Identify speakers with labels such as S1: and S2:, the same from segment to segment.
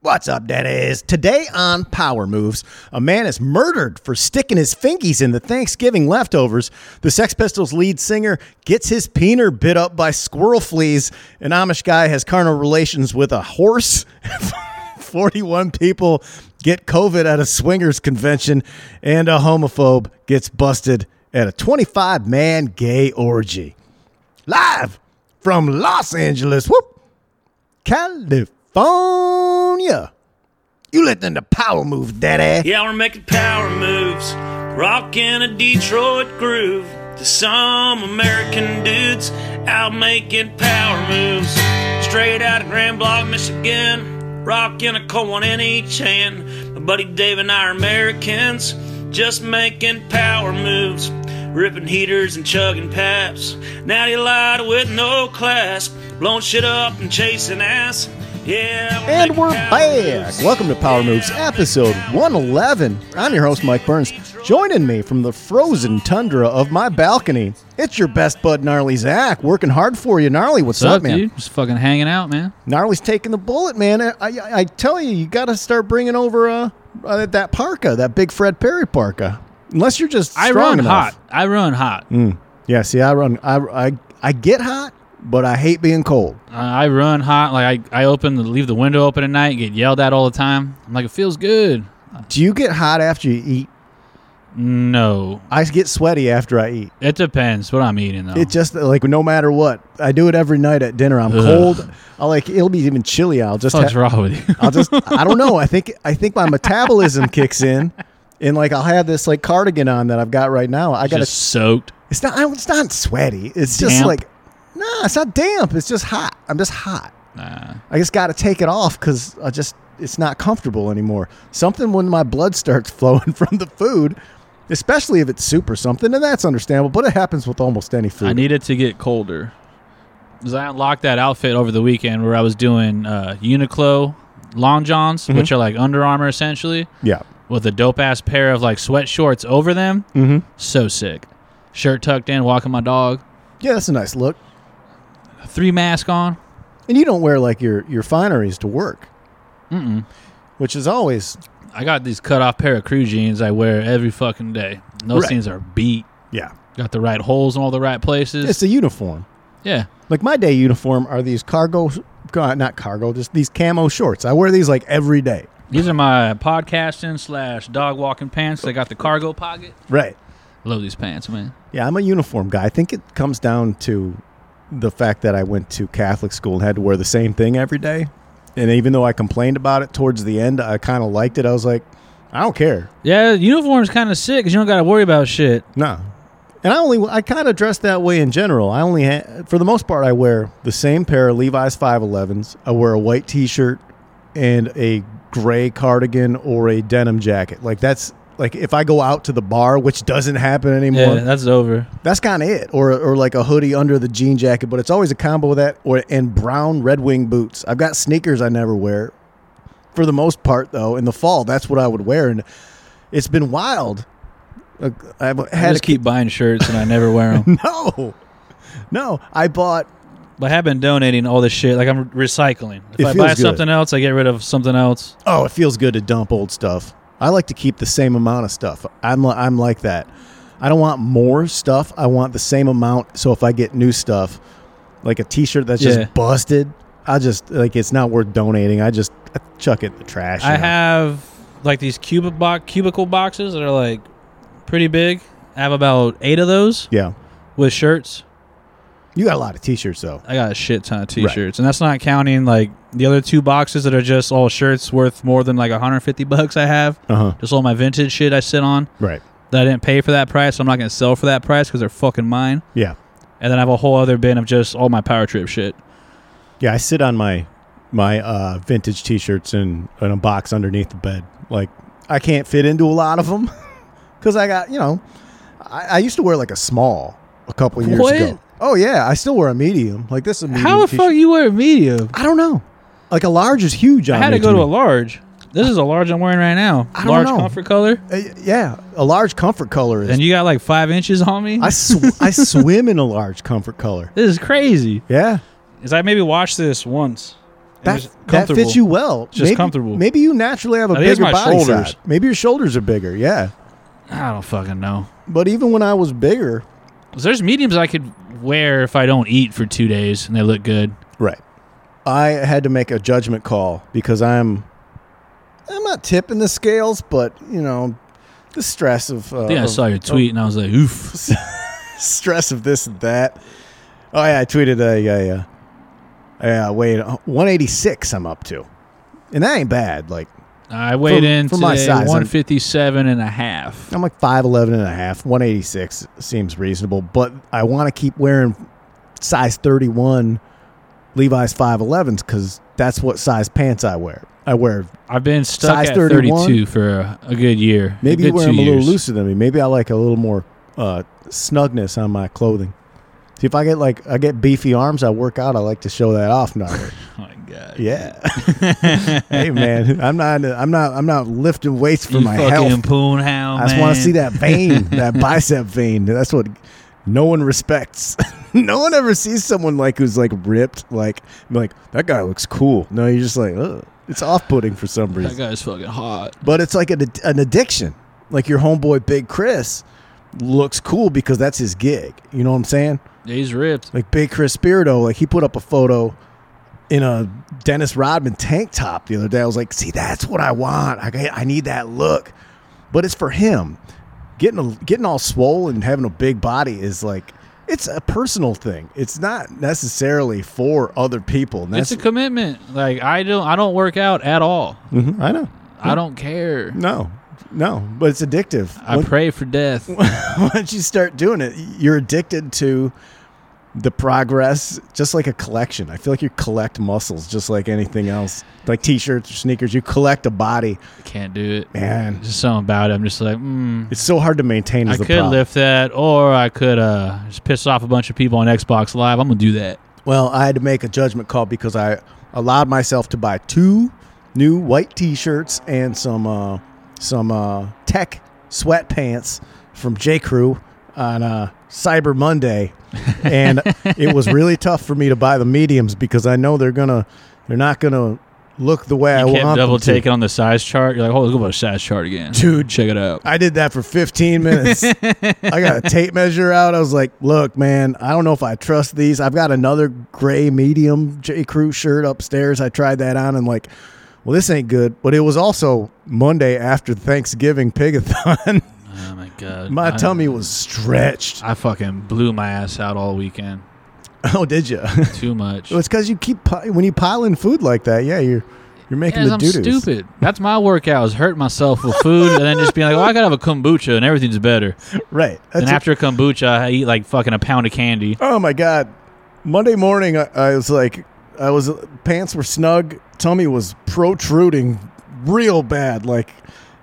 S1: What's up, Dennis? Today on Power Moves, a man is murdered for sticking his fingies in the Thanksgiving leftovers. The Sex Pistols lead singer gets his peener bit up by squirrel fleas. An Amish guy has carnal relations with a horse. 41 people get COVID at a swingers convention. And a homophobe gets busted at a 25 man gay orgy. Live from Los Angeles. Whoop! California. You listen to Power Move, Daddy.
S2: Yeah, we're making power moves, rocking a Detroit groove to some American dudes out making power moves. Straight out of Grand Block, Michigan, rocking a coin in each hand. My buddy Dave and I are Americans, just making power moves, ripping heaters and chugging paps. Now you lied with no class, blowing shit up and chasing ass. Yeah, we're
S1: And
S2: making
S1: we're
S2: power
S1: back.
S2: moves.
S1: Welcome to Power
S2: Yeah,
S1: Moves,
S2: we're making
S1: episode
S2: power
S1: 111. I'm your host, Mike Burns. Joining me from the frozen tundra of my balcony, it's your best bud, Gnarly Zach, working hard for you. Gnarly, what's,
S3: What's up,
S1: man?
S3: dude? Just fucking hanging out, man.
S1: Gnarly's taking the bullet, man. I, I, I tell you, you got to start bringing over uh, uh, that parka, that big Fred Perry parka. Unless you're just
S3: I
S1: strong
S3: run
S1: enough.
S3: hot. I run hot.
S1: Yeah, see, I run. I, I I get hot, but I hate being cold.
S3: Uh, I I run hot. Like I, I open, the, leave the window open at night. Get yelled at all the time. I'm like, it feels good.
S1: Do you get hot after you eat?
S3: No,
S1: I get sweaty after I eat.
S3: it depends what I'm eating though.
S1: It just like no matter what, I do it every night at dinner. I'm
S3: Oh. Ugh.
S1: cold. I like it'll be even chilly. I'll just
S3: What's
S1: ha-
S3: wrong with you?
S1: I'll just I don't know. I think I think my metabolism kicks in, and like I'll have this like cardigan on that I've got right now. I got to
S3: just soaked.
S1: It's not. I don't- It's not sweaty. It's just
S3: Damp?
S1: like, nah. It's not damp. It's just hot. I'm just hot.
S3: Nah.
S1: I just got to take it off because I just it's not comfortable anymore. Something when my blood starts flowing from the food, especially if it's soup or something, and that's understandable. But it happens with almost any food.
S3: I needed to get colder. 'Cause I unlocked that outfit over the weekend where I was doing uh, Uniqlo long johns,
S1: Mm-hmm.
S3: which are like Under Armour essentially,
S1: yeah.
S3: with a dope ass pair of like sweat shorts over them.
S1: Mm-hmm.
S3: So sick. Shirt tucked in, walking my dog.
S1: Yeah, that's a nice look.
S3: Three mask on.
S1: And you don't wear like your your fineries to work,
S3: Mm-mm.
S1: which is always
S3: I got these cut off pair of crew jeans I wear every fucking day. And Those
S1: Right.
S3: things are beat.
S1: yeah.
S3: Got the right holes in all the right places.
S1: It's a uniform.
S3: yeah.
S1: Like my day uniform are these cargo, uh, not cargo, just these camo shorts. I wear these like every day.
S3: These are my podcasting slash dog walking pants. They got the cargo pocket.
S1: Right.
S3: Love these pants, man.
S1: Yeah, I'm a uniform guy. I think it comes down to the fact that I went to Catholic school and had to wear the same thing every day. And even though I complained about it towards the end, I kind of liked it. I was like, I don't care.
S3: Yeah, uniform's kind of sick because you don't got to worry about shit.
S1: No. And I only, I kind of dress that way in general. I only, ha- for the most part, I wear the same pair of Levi's 511s. I wear a white t shirt and a gray cardigan or a denim jacket. Like, that's like if I go out to the bar, which doesn't happen anymore.
S3: Yeah, that's over.
S1: That's kind of it, or or like a hoodie under the jean jacket, but it's always a combo of that, or and brown Red Wing boots. I've got sneakers I never wear, for the most part though. In the fall, that's what I would wear, and it's been wild. Uh, I've
S3: I
S1: had to
S3: just keep buying shirts and I never wear them.
S1: no, no. I bought
S3: but I have been donating all this shit. Like I'm recycling. If
S1: It
S3: I buy
S1: feels good.
S3: something else, I get rid of something else.
S1: oh, it feels good to dump old stuff. I like to keep the same amount of stuff. I'm li- I'm like that. I don't want more stuff. I want the same amount. So if I get new stuff, like a T-shirt that's
S3: Yeah.
S1: just busted, I just like it's not worth donating. I just I chuck it in the trash.
S3: I
S1: you know?
S3: have like these cubic box cubicle boxes that are like pretty big. I have about eight of those
S1: Yeah,
S3: with shirts.
S1: you got a lot of T-shirts though.
S3: I got a shit ton of t-shirts, and that's not counting like the other two boxes that are just all shirts worth more than like 150 bucks. I have
S1: Uh huh.
S3: just all my vintage shit I sit on
S1: Right.
S3: that I didn't pay for that price. So I'm not gonna sell for that price because they're fucking mine.
S1: Yeah.
S3: And then I have a whole other bin of just all my power trip shit.
S1: Yeah. I sit on my my uh, vintage T-shirts in in a box underneath the bed. Like I can't fit into a lot of them because I got you know I, I used to wear like a small a couple years
S3: What?
S1: ago. Oh yeah, I still wear a medium. Like this is a medium.
S3: How the
S1: t-shirt.
S3: fuck you wear a medium?
S1: I don't know. Like a large is huge. On
S3: I had
S1: me
S3: to go to a large. This is a large I'm wearing right now.
S1: I don't
S3: large
S1: know.
S3: comfort color.
S1: Uh, yeah, a large comfort color is.
S3: And you got like five inches on me.
S1: I sw- I swim in a large comfort color.
S3: This is crazy.
S1: Yeah,
S3: Is I maybe watched this once.
S1: That,
S4: it's
S1: that
S4: comfortable.
S1: fits you well.
S4: It's just
S1: maybe,
S4: comfortable.
S1: Maybe you naturally have a
S4: I think it's
S1: bigger
S4: my
S1: body
S4: shoulders.
S1: size. Maybe your shoulders are bigger. Yeah.
S3: I don't fucking know.
S1: But even when I was bigger,
S3: There's mediums I could wear if I don't eat for two days and they look good.
S1: Right. I had to make a judgment call because I'm I'm not tipping the scales, but you know, the stress of uh,
S3: I think I
S1: of-
S3: saw your tweet and I was like, oof.
S1: stress of this and that. Oh yeah, I tweeted a yeah yeah yeah wait 186 I'm up to, and that ain't bad. Like
S3: I weighed
S1: For-
S3: in
S1: for
S3: today,
S1: my size, I'm-
S3: 157 and a half.
S1: I'm like 5'11 and a half. 186 seems reasonable, but I want to keep wearing size 31 Levi's 5'11s because that's what size pants I wear. I wear
S3: I've been stuck
S1: Size
S3: at
S1: 31?
S3: 32 for a, a good year.
S1: Maybe
S3: a
S1: you
S3: good
S1: wear
S3: two
S1: them a little
S3: years.
S1: looser than me. Maybe I like a little more uh, snugness on my clothing. See, if I get like I get beefy arms, I work out. I like to show that off now.
S3: Oh my god.
S1: yeah. hey man, I'm not I'm not I'm not lifting weights for
S3: You
S1: my
S3: fucking
S1: health.
S3: poon hound.
S1: I just want to
S3: man.
S1: see that vein, that bicep vein. That's what no one respects. no one ever sees someone like who's like ripped. Like like that guy looks cool. No, you're just like Ugh. it's off putting for some reason.
S3: That guy's fucking hot.
S1: But it's like an, an addiction. Like your homeboy Big Chris looks cool because that's his gig. You know what I'm saying?
S3: Yeah, he's ripped.
S1: Like Big Chris Spirito, like he put up a photo in a Dennis Rodman tank top the other day. I was like, see, that's what I want. I, got- I need that look. But it's for him. Getting a, getting all swollen and having a big body is like it's a personal thing. It's not necessarily for other people. And
S3: It's
S1: that's
S3: a commitment. Like I don't, I don't work out at all.
S1: Mhm, I know.
S3: I don't care.
S1: No. No, but it's addictive.
S3: I
S1: Once-
S3: pray for death.
S1: once you start doing it, you're addicted to the progress, just like a collection. I feel like you collect muscles, just like anything else, like t-shirts or sneakers. You collect a body.
S3: Can't do it,
S1: Man.
S3: Just something about it. I'm just like, mm,
S1: It's so hard to maintain. Is
S3: I
S1: the
S3: could
S1: problem.
S3: lift that, or I could uh, just piss off a bunch of people on Xbox Live. I'm gonna do that.
S1: Well, I had to make a judgment call because I allowed myself to buy two new white T-shirts and some uh, some uh, tech sweatpants from J Crew on uh, Cyber Monday, and it was really tough for me to buy the mediums because I know they're gonna they're not gonna look the way I
S3: You
S1: want
S3: can't double
S1: them to.
S3: take it on the size chart. You're like, hold on, look at my size chart again,
S1: Dude.
S3: Check it out.
S1: I did that for 15 minutes. I got a tape measure out. I was like, look, man, I don't know if I trust these. I've got another gray medium J. Crew shirt upstairs. I tried that on and like, well, this ain't good. But it was also Monday after Thanksgiving Pigathon.
S3: Oh my god,
S1: my
S3: I-
S1: tummy was stretched.
S3: I fucking blew my ass out all weekend.
S1: oh, did you?
S3: Too much.
S1: it's because you keep pi- when you pile in food like that. Yeah, you're you're making
S3: Yes,
S1: the
S3: I'm
S1: doo doos.
S3: stupid. That's my workout is hurt myself with food and then just being like, well, I gotta have a kombucha and everything's better.
S1: Right.
S3: And
S1: That's
S3: after a kombucha, I eat like fucking a pound of candy.
S1: Oh my god! Monday morning, I, I was like, I was pants were snug, tummy was protruding real bad. Like,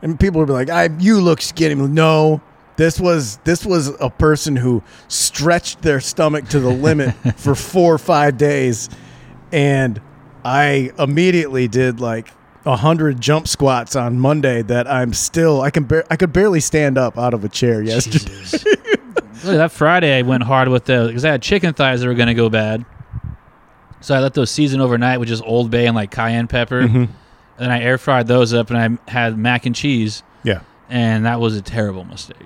S1: and people would be like, "I, you look skinny." No, this was this was a person who stretched their stomach to the limit for four or five days, and I immediately did like. A hundred jump squats on Monday that I'm still I can bar- I could barely stand up out of a chair yesterday.
S3: Look, that Friday I went hard with the because I had chicken thighs that were gonna go bad. So I let those season overnight with just Old Bay and like cayenne pepper.
S1: Mm-hmm.
S3: And then I air fried those up and I had mac and cheese.
S1: Yeah,
S3: And that was a terrible mistake.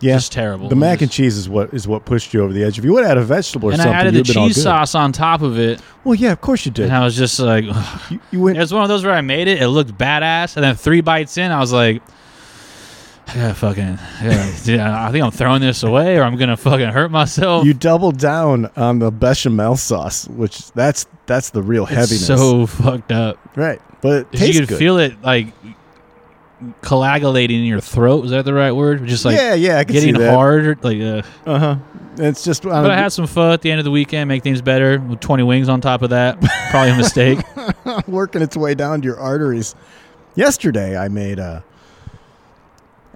S1: yeah,
S3: Just terrible.
S1: The mac and
S3: Just-
S1: cheese is what is what pushed you over the edge. If you would have had a vegetable or
S3: And I
S1: something,
S3: added the
S1: you'd been all good.
S3: cheese sauce on top of it.
S1: Well, yeah, of course you did.
S3: And I was just like,
S1: You, you went.
S3: It was one of those where I made it. It looked badass, and then three bites in, I was like, "I gotta fucking, I, gotta- yeah, I think I'm throwing this away, or I'm gonna fucking hurt myself."
S1: You doubled down on the bechamel sauce, which that's that's the real
S3: it's
S1: heaviness.
S3: so fucked up.
S1: right, but it
S3: 'Cause You
S1: tastes
S3: could
S1: good.
S3: feel it like coagulating in your throat. Is that the right word? Just like
S1: yeah, yeah, I can
S3: getting
S1: see that.
S3: hard. Like, uh,
S1: Uh huh. It's just. um,
S3: but I
S1: I
S3: had some fun at the end of the weekend. Make things better. With Twenty wings on top of that, probably a mistake.
S1: don't working its way down to your arteries. Yesterday, I made uh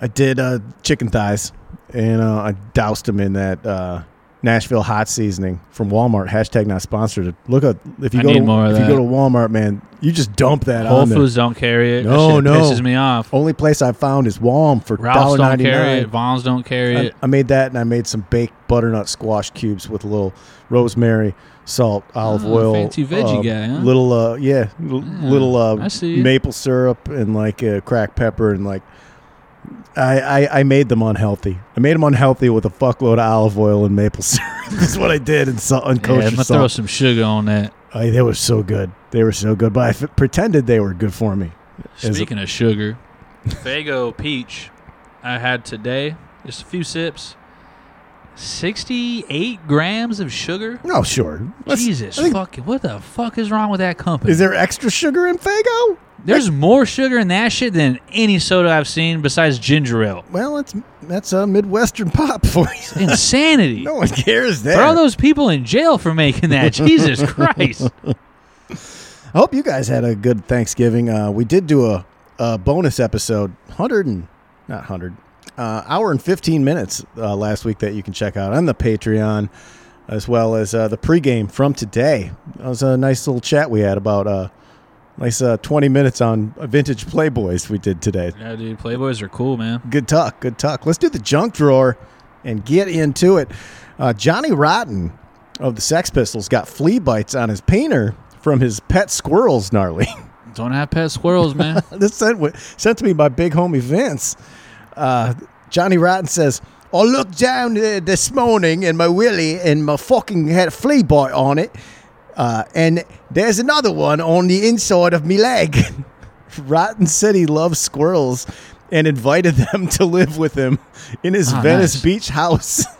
S1: I did uh, chicken thighs, and uh, I doused them in that uh, Nashville hot seasoning from Walmart. Hashtag not sponsored. Look up if you
S3: I
S1: go
S3: need
S1: to,
S3: more of
S1: if you go
S3: that.
S1: to Walmart, man, you just dump that
S3: Whole
S1: on there.
S3: Foods don't carry it. That
S1: No,
S3: shit
S1: no. Oh,
S3: pisses me off.
S1: Only place I've found is Walmart for
S3: Ralph's
S1: dollar
S3: don't
S1: ninety
S3: carry it.
S1: nine.
S3: Vons don't carry
S1: I,
S3: it.
S1: I made that and I made some baked butternut squash cubes with a little rosemary, salt, olive
S3: Oh,
S1: oil,
S3: fancy veggie
S1: um,
S3: guy, huh?
S1: Little uh, yeah, l- little
S3: I
S1: uh,
S3: see.
S1: maple syrup and like uh, cracked pepper and like. I, I, I made them unhealthy. I made them unhealthy with a fuckload of olive oil and maple syrup. That's what I did and salt and
S3: Yeah, I'm
S1: kosher
S3: gonna throw
S1: salt.
S3: some sugar on that.
S1: I, they were so good. They were so good, but I f- pretended they were good for me. Is it-
S3: Speaking of sugar, Fago peach I had today, just a few sips. 68 grams of sugar?
S1: No, Oh, sure. Let's-
S3: Jesus
S1: I think-
S3: fucking, what the fuck is wrong with that company?
S1: Is there extra sugar in Fago?
S3: There's more sugar in that shit than any soda I've seen besides ginger ale.
S1: Well, that's that's a Midwestern pop for you.
S3: Insanity.
S1: No one cares there.
S3: Throw those people in jail for making that. Jesus Christ.
S1: I hope you guys had a good Thanksgiving. Uh, we did do a, a bonus episode, hundred and not hundred, uh, hour and fifteen minutes uh, last week that you can check out on the Patreon, as well as uh, the pregame from today. That was a nice little chat we had about uh, nice uh, twenty minutes on vintage Playboys we did today.
S3: Yeah, dude, Playboys are cool, man.
S1: Good talk, good talk. Let's do the junk drawer and get into it. Uh, Johnny Rotten of the Sex Pistols got flea bites on his painter from his pet squirrels. Gnarly.
S3: Don't have pet squirrels, man.
S1: this sent wi- sent to me by big homie Vince. Uh, Johnny Rotten says, "I looked down there this morning and my willy and my fucking had a flea bite on it, uh, and there's another one on the inside of me leg." Rotten said he loves squirrels and invited them to live with him in his
S3: Ah,
S1: Venice
S3: nice.
S1: Beach house.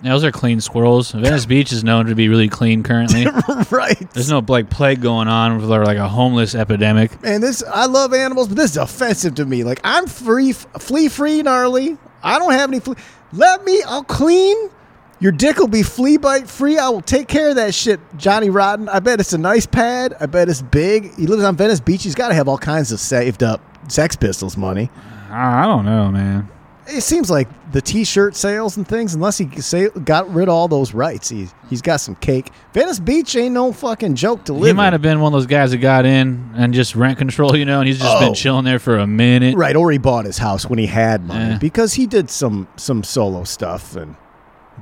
S3: Yeah, those are clean squirrels. Venice Beach is known to be really clean currently.
S1: right.
S3: There's no like plague going on with like a homeless epidemic.
S1: man, this I love animals, but this is offensive to me. Like I'm free, flea free, gnarly. I don't have any flea. Let me, I'll clean. Your dick will be flea bite free. I will take care of that shit, Johnny Rotten. I bet it's a nice pad. I bet it's big. He lives on Venice Beach. He's got to have all kinds of saved up Sex Pistols money.
S3: I I don't know, man.
S1: It seems like the T-shirt sales and things. Unless he say, got rid of all those rights, he he's got some cake. Venice Beach ain't no fucking joke to live.
S3: He
S1: in.
S3: might have been one of those guys that got in and just rent control, you know, and he's just
S1: Oh.
S3: been chilling there for a minute.
S1: Right, or he bought his house when he had money
S3: Yeah.
S1: because he did some some solo stuff and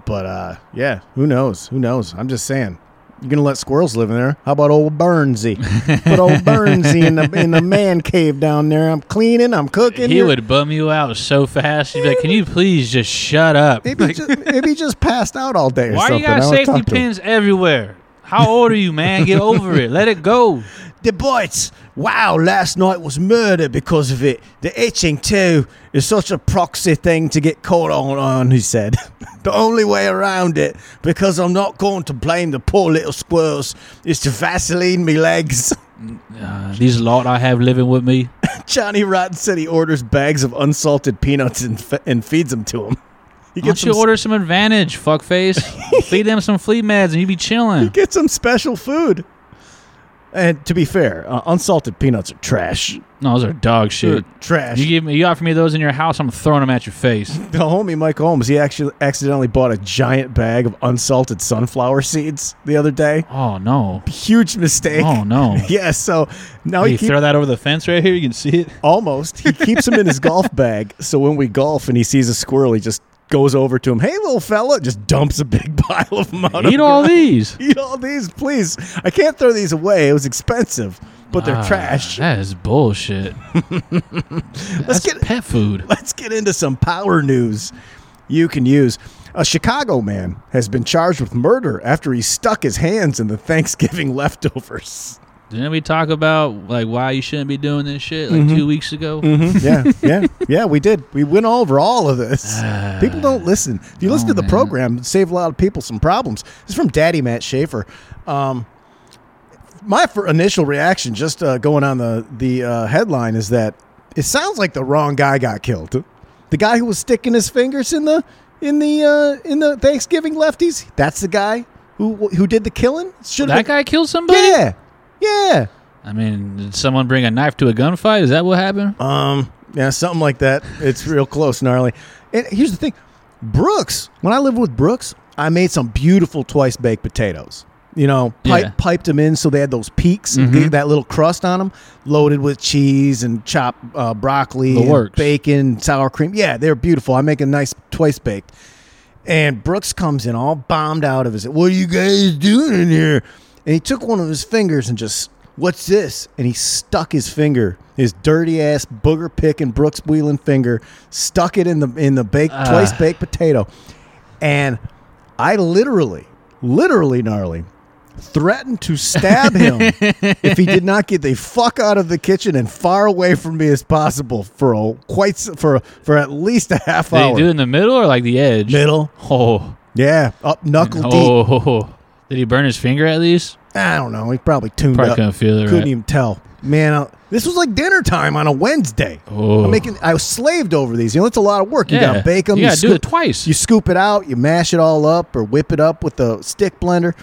S1: but uh yeah, who knows? Who knows? I'm just saying. You're gonna let squirrels live in there. How about old Burnsy? Put old Burnsy in the in the man cave down there. I'm cleaning, I'm cooking.
S3: He
S1: you're-
S3: would bum you out so fast. He'd be like, "Can you please just shut up?
S1: maybe he just maybe he just passed out all day or
S3: Why
S1: something.
S3: you got
S1: I don't
S3: safety
S1: talk to him.
S3: pins everywhere? How old are you, man? Get over it. Let it go."
S1: The bites. Wow, last night was murder because of it. The itching, too, is such a proxy thing to get caught on, on he said. the only way around it, because I'm not going to blame the poor little squirrels, is to Vaseline me legs.
S3: Uh, these lot I have living with me.
S1: Johnny Rotten said he orders bags of unsalted peanuts and, fe- and feeds them to him. He
S3: Why don't
S1: them
S3: you order some Advantage, fuckface? Feed them some flea meds and you be chilling.
S1: get some special food. And to be fair, uh, unsalted peanuts are trash.
S3: No, those are dog shit.
S1: Trash.
S3: You give me, you offer me those in your house, I'm throwing them at your face.
S1: The homie Mike Holmes, he actually accidentally bought a giant bag of unsalted sunflower seeds the other day.
S3: Oh no!
S1: Huge mistake.
S3: Oh no!
S1: Yeah, so now
S3: Hey,
S1: he keep,
S3: throw that over the fence right here. You can see it.
S1: almost he keeps him in his golf bag. So when we golf and he sees a squirrel, he just goes over to him. Hey, little fella! Just dumps a big pile of them out. on
S3: Eat
S1: the
S3: all
S1: ground.
S3: these.
S1: Eat all these, please. I can't throw these away. It was expensive, but they're
S3: Ah,
S1: trash.
S3: That is bullshit.
S1: Let's get
S3: Pet food.
S1: Let's get into some power news you can use. A Chicago man has been charged with murder after he stuck his hands in the Thanksgiving leftovers.
S3: Didn't we talk about like why you shouldn't be doing this shit like
S1: Mm-hmm.
S3: two weeks ago?
S1: yeah, yeah, yeah, we did. We went over all of this. people don't listen. If you listen to the
S3: Oh, man.
S1: program, save a lot of people some problems. This is from Daddy Matt Schaefer. Um, my fir- initial reaction, just uh, going on the the uh, headline, is that it sounds like the wrong guy got killed. The guy who was sticking his fingers in the in the uh, in the Thanksgiving lefties. That's the guy who who did the killing. Should
S3: That
S1: have
S3: guy killed somebody.
S1: Yeah, yeah.
S3: I mean, did someone bring a knife to a gunfight? Is that what happened?
S1: Um, yeah, something like that. It's real close, gnarly. And here's the thing, Brooks. When I lived with Brooks, I made some beautiful twice baked potatoes. You know, pipe,
S3: Yeah.
S1: piped them in so they had those peaks and gave that little crust on them, loaded with cheese and chopped uh, broccoli,
S3: The
S1: and
S3: works.
S1: bacon, sour cream. Yeah, they're beautiful. I make a nice twice baked. And Brooks comes in all bombed out of his. What are you guys doing in here? And he took one of his fingers and just, what's this? And he stuck his finger, his dirty ass booger picking Brooks Wheeling finger, stuck it in the in the baked
S3: Ah.
S1: twice baked potato. And I literally, literally gnarly, threatened to stab him if he did not get the fuck out of the kitchen and far away from me as possible for a quite s- for for at least a half
S3: Did
S1: hour.
S3: he do it in the middle or like the edge?
S1: Middle,
S3: Oh.
S1: yeah, up knuckle deep.
S3: Oh. Did he burn his finger at least?
S1: I don't know. He probably tuned
S3: Probably
S1: up.
S3: couldn't feel it,
S1: Couldn't
S3: right?
S1: even tell. Man, I, this was like dinner time on a Wednesday.
S3: Oh.
S1: I'm making. I was slaved over these. You know, it's a lot of work. You gotta bake them.
S3: You
S1: you
S3: gotta do
S1: scoop-
S3: it twice.
S1: You scoop it out, you mash it all up, or whip it up with the stick blender.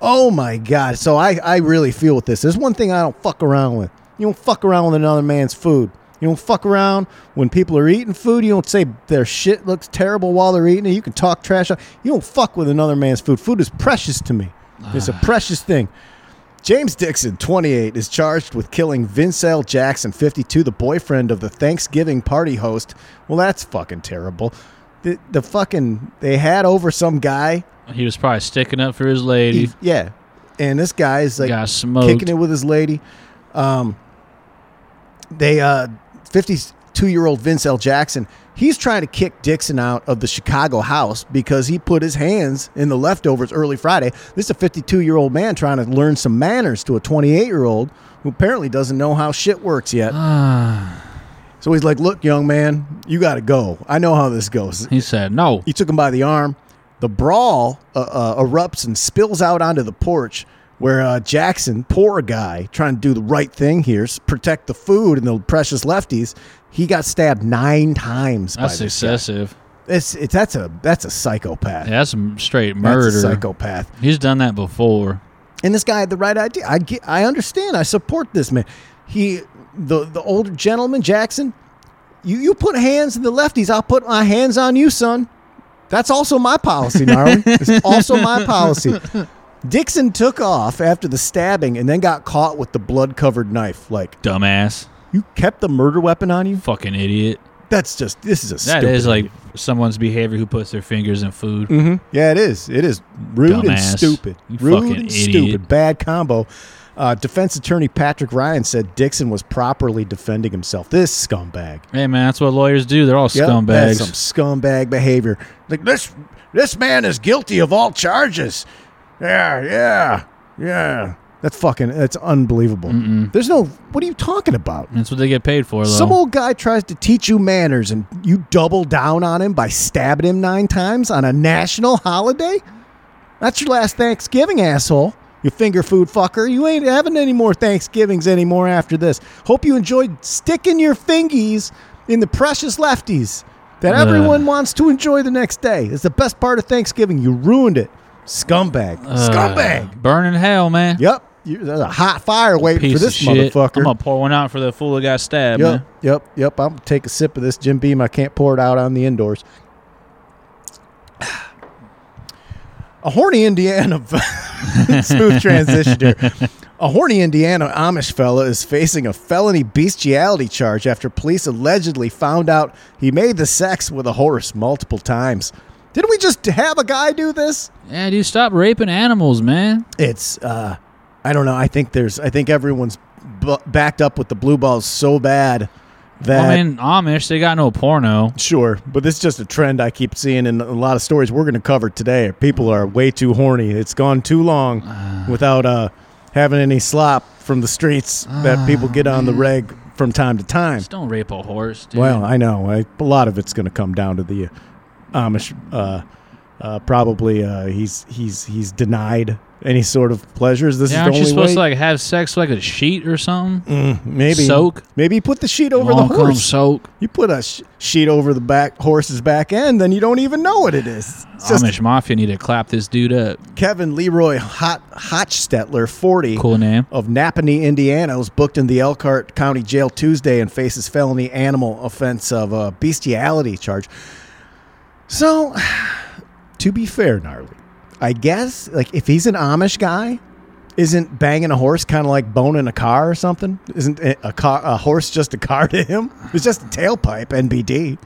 S1: Oh my god! So I, I really feel with this. There's one thing I don't fuck around with. You don't fuck around with another man's food. You don't fuck around when people are eating food. You don't say their shit looks terrible while they're eating it. You can talk trash. You don't fuck with another man's food. Food is precious to me. It's a
S3: Ah.
S1: precious thing. James Dixon, 28, is charged with killing Vincel Jackson, 52, the boyfriend of the Thanksgiving party host. Well, that's fucking terrible. The, the fucking they had over some guy.
S3: he was probably sticking up for his lady.
S1: He- yeah, and this guy is like
S3: Got smoked.
S1: kicking it with his lady. Um, they uh, 52-year-old Vincel Jackson. He's trying to kick Dixon out of the Chicago house because he put his hands in the leftovers early Friday. This is a 52-year-old man trying to learn some manners to a 28-year-old who apparently doesn't know how shit works yet. so he's like, "Look, young man, you got to go. I know how this goes.
S3: He said, no.
S1: He took him by the arm. The brawl uh, uh, erupts and spills out onto the porch where uh, Jackson, poor guy, trying to do the right thing here, s- protect the food and the precious lefties, he got stabbed nine times. by
S3: That's
S1: this guy.
S3: excessive.
S1: It's, it's, that's a that's a psychopath.
S3: Yeah, that's some straight
S1: That's
S3: murder.
S1: a psychopath.
S3: He's done that before.
S1: And this guy had the right idea. I get, I understand. I support this man. He, the the older gentleman, Jackson. You you put hands in the lefties. I'll put my hands on you, son. That's also my policy, Marlon. it's also my policy. Dixon took off after the stabbing and then got caught with the blood covered knife. Like
S3: Dumbass.
S1: you kept the murder weapon on you.
S3: Fucking idiot.
S1: That's just this is a
S3: That is
S1: stupid Mm-hmm.
S3: like someone's behavior who puts their fingers in food.
S1: Yeah, it is. It is rude and
S3: Dumbass.
S1: stupid.
S3: You
S1: rude
S3: fucking
S1: and
S3: idiot.
S1: stupid. Bad combo. Uh, defense attorney Patrick Ryan said Dixon was properly defending himself. This scumbag.
S3: Hey man, that's what lawyers do. They're all
S1: Yep,
S3: scumbags.
S1: That's some scumbag behavior. Like this. This man is guilty of all charges. Yeah, yeah, yeah. That's fucking. That's unbelievable. There's no. What are you talking about?
S3: That's what they get paid for, though.
S1: Some old guy tries to teach you manners, and you double down on him by stabbing him nine times on a national holiday. That's your last Thanksgiving, asshole. You finger food fucker. You ain't having any more Thanksgivings anymore after this. Hope you enjoyed sticking your fingies in the precious lefties that
S3: Ugh.
S1: everyone wants to enjoy the next day. It's the best part of Thanksgiving. You ruined it. Scumbag.
S3: Uh,
S1: Scumbag.
S3: Burning hell, man.
S1: Yep. You, there's a hot fire waiting
S3: Piece
S1: for this
S3: of shit.
S1: motherfucker.
S3: I'm gonna pour one out for the fool that got stabbed,
S1: Yep,
S3: man.
S1: yep, yep. I'm gonna take a sip of this Jim Beam. I can't pour it out on the indoors. A horny Indiana smooth transition here. A horny Indiana Amish fella is facing a felony bestiality charge after police allegedly found out he made the sex with a horse multiple times. Didn't we just have a guy do this?
S3: Yeah, dude, stop raping animals, man.
S1: it's uh i don't know i think there's i think everyone's b- backed up with the blue balls so bad that
S3: I mean, Amish, they got no porno.
S1: sure but this is just a trend i keep seeing in a lot of stories we're going to cover today people are way too horny it's gone too long
S3: Ah.
S1: without uh having any slop from the streets
S3: Ah,
S1: that people get on the reg from time to time
S3: Just don't rape a horse, dude.
S1: well i know I, a lot of it's going to come down to the amish uh uh, probably uh, he's he's he's denied any sort of pleasures. This is the
S3: yeah, aren't
S1: only
S3: you supposed
S1: way. Mm-hmm.
S3: to like have sex with, like a sheet or something?
S1: Maybe
S3: Soak?
S1: Maybe you put the sheet over the
S3: Long come
S1: horse.
S3: soak.
S1: You put a sh- sheet over the back horse's back end, then you don't even know what it is. It's just
S3: Amish mafia need to clap this dude up.
S1: Kevin Leroy Hot Hotchstetler, forty,
S3: Cool name.
S1: of Napanee, Indiana, was booked in the Elkhart County Jail Tuesday and faces felony animal offense of a bestiality charge. So, to be fair, gnarly, I guess like if he's an Amish guy, isn't banging a horse kind of like boning a car or something? Isn't a a car a horse just a car to him? It's just a tailpipe, NBD.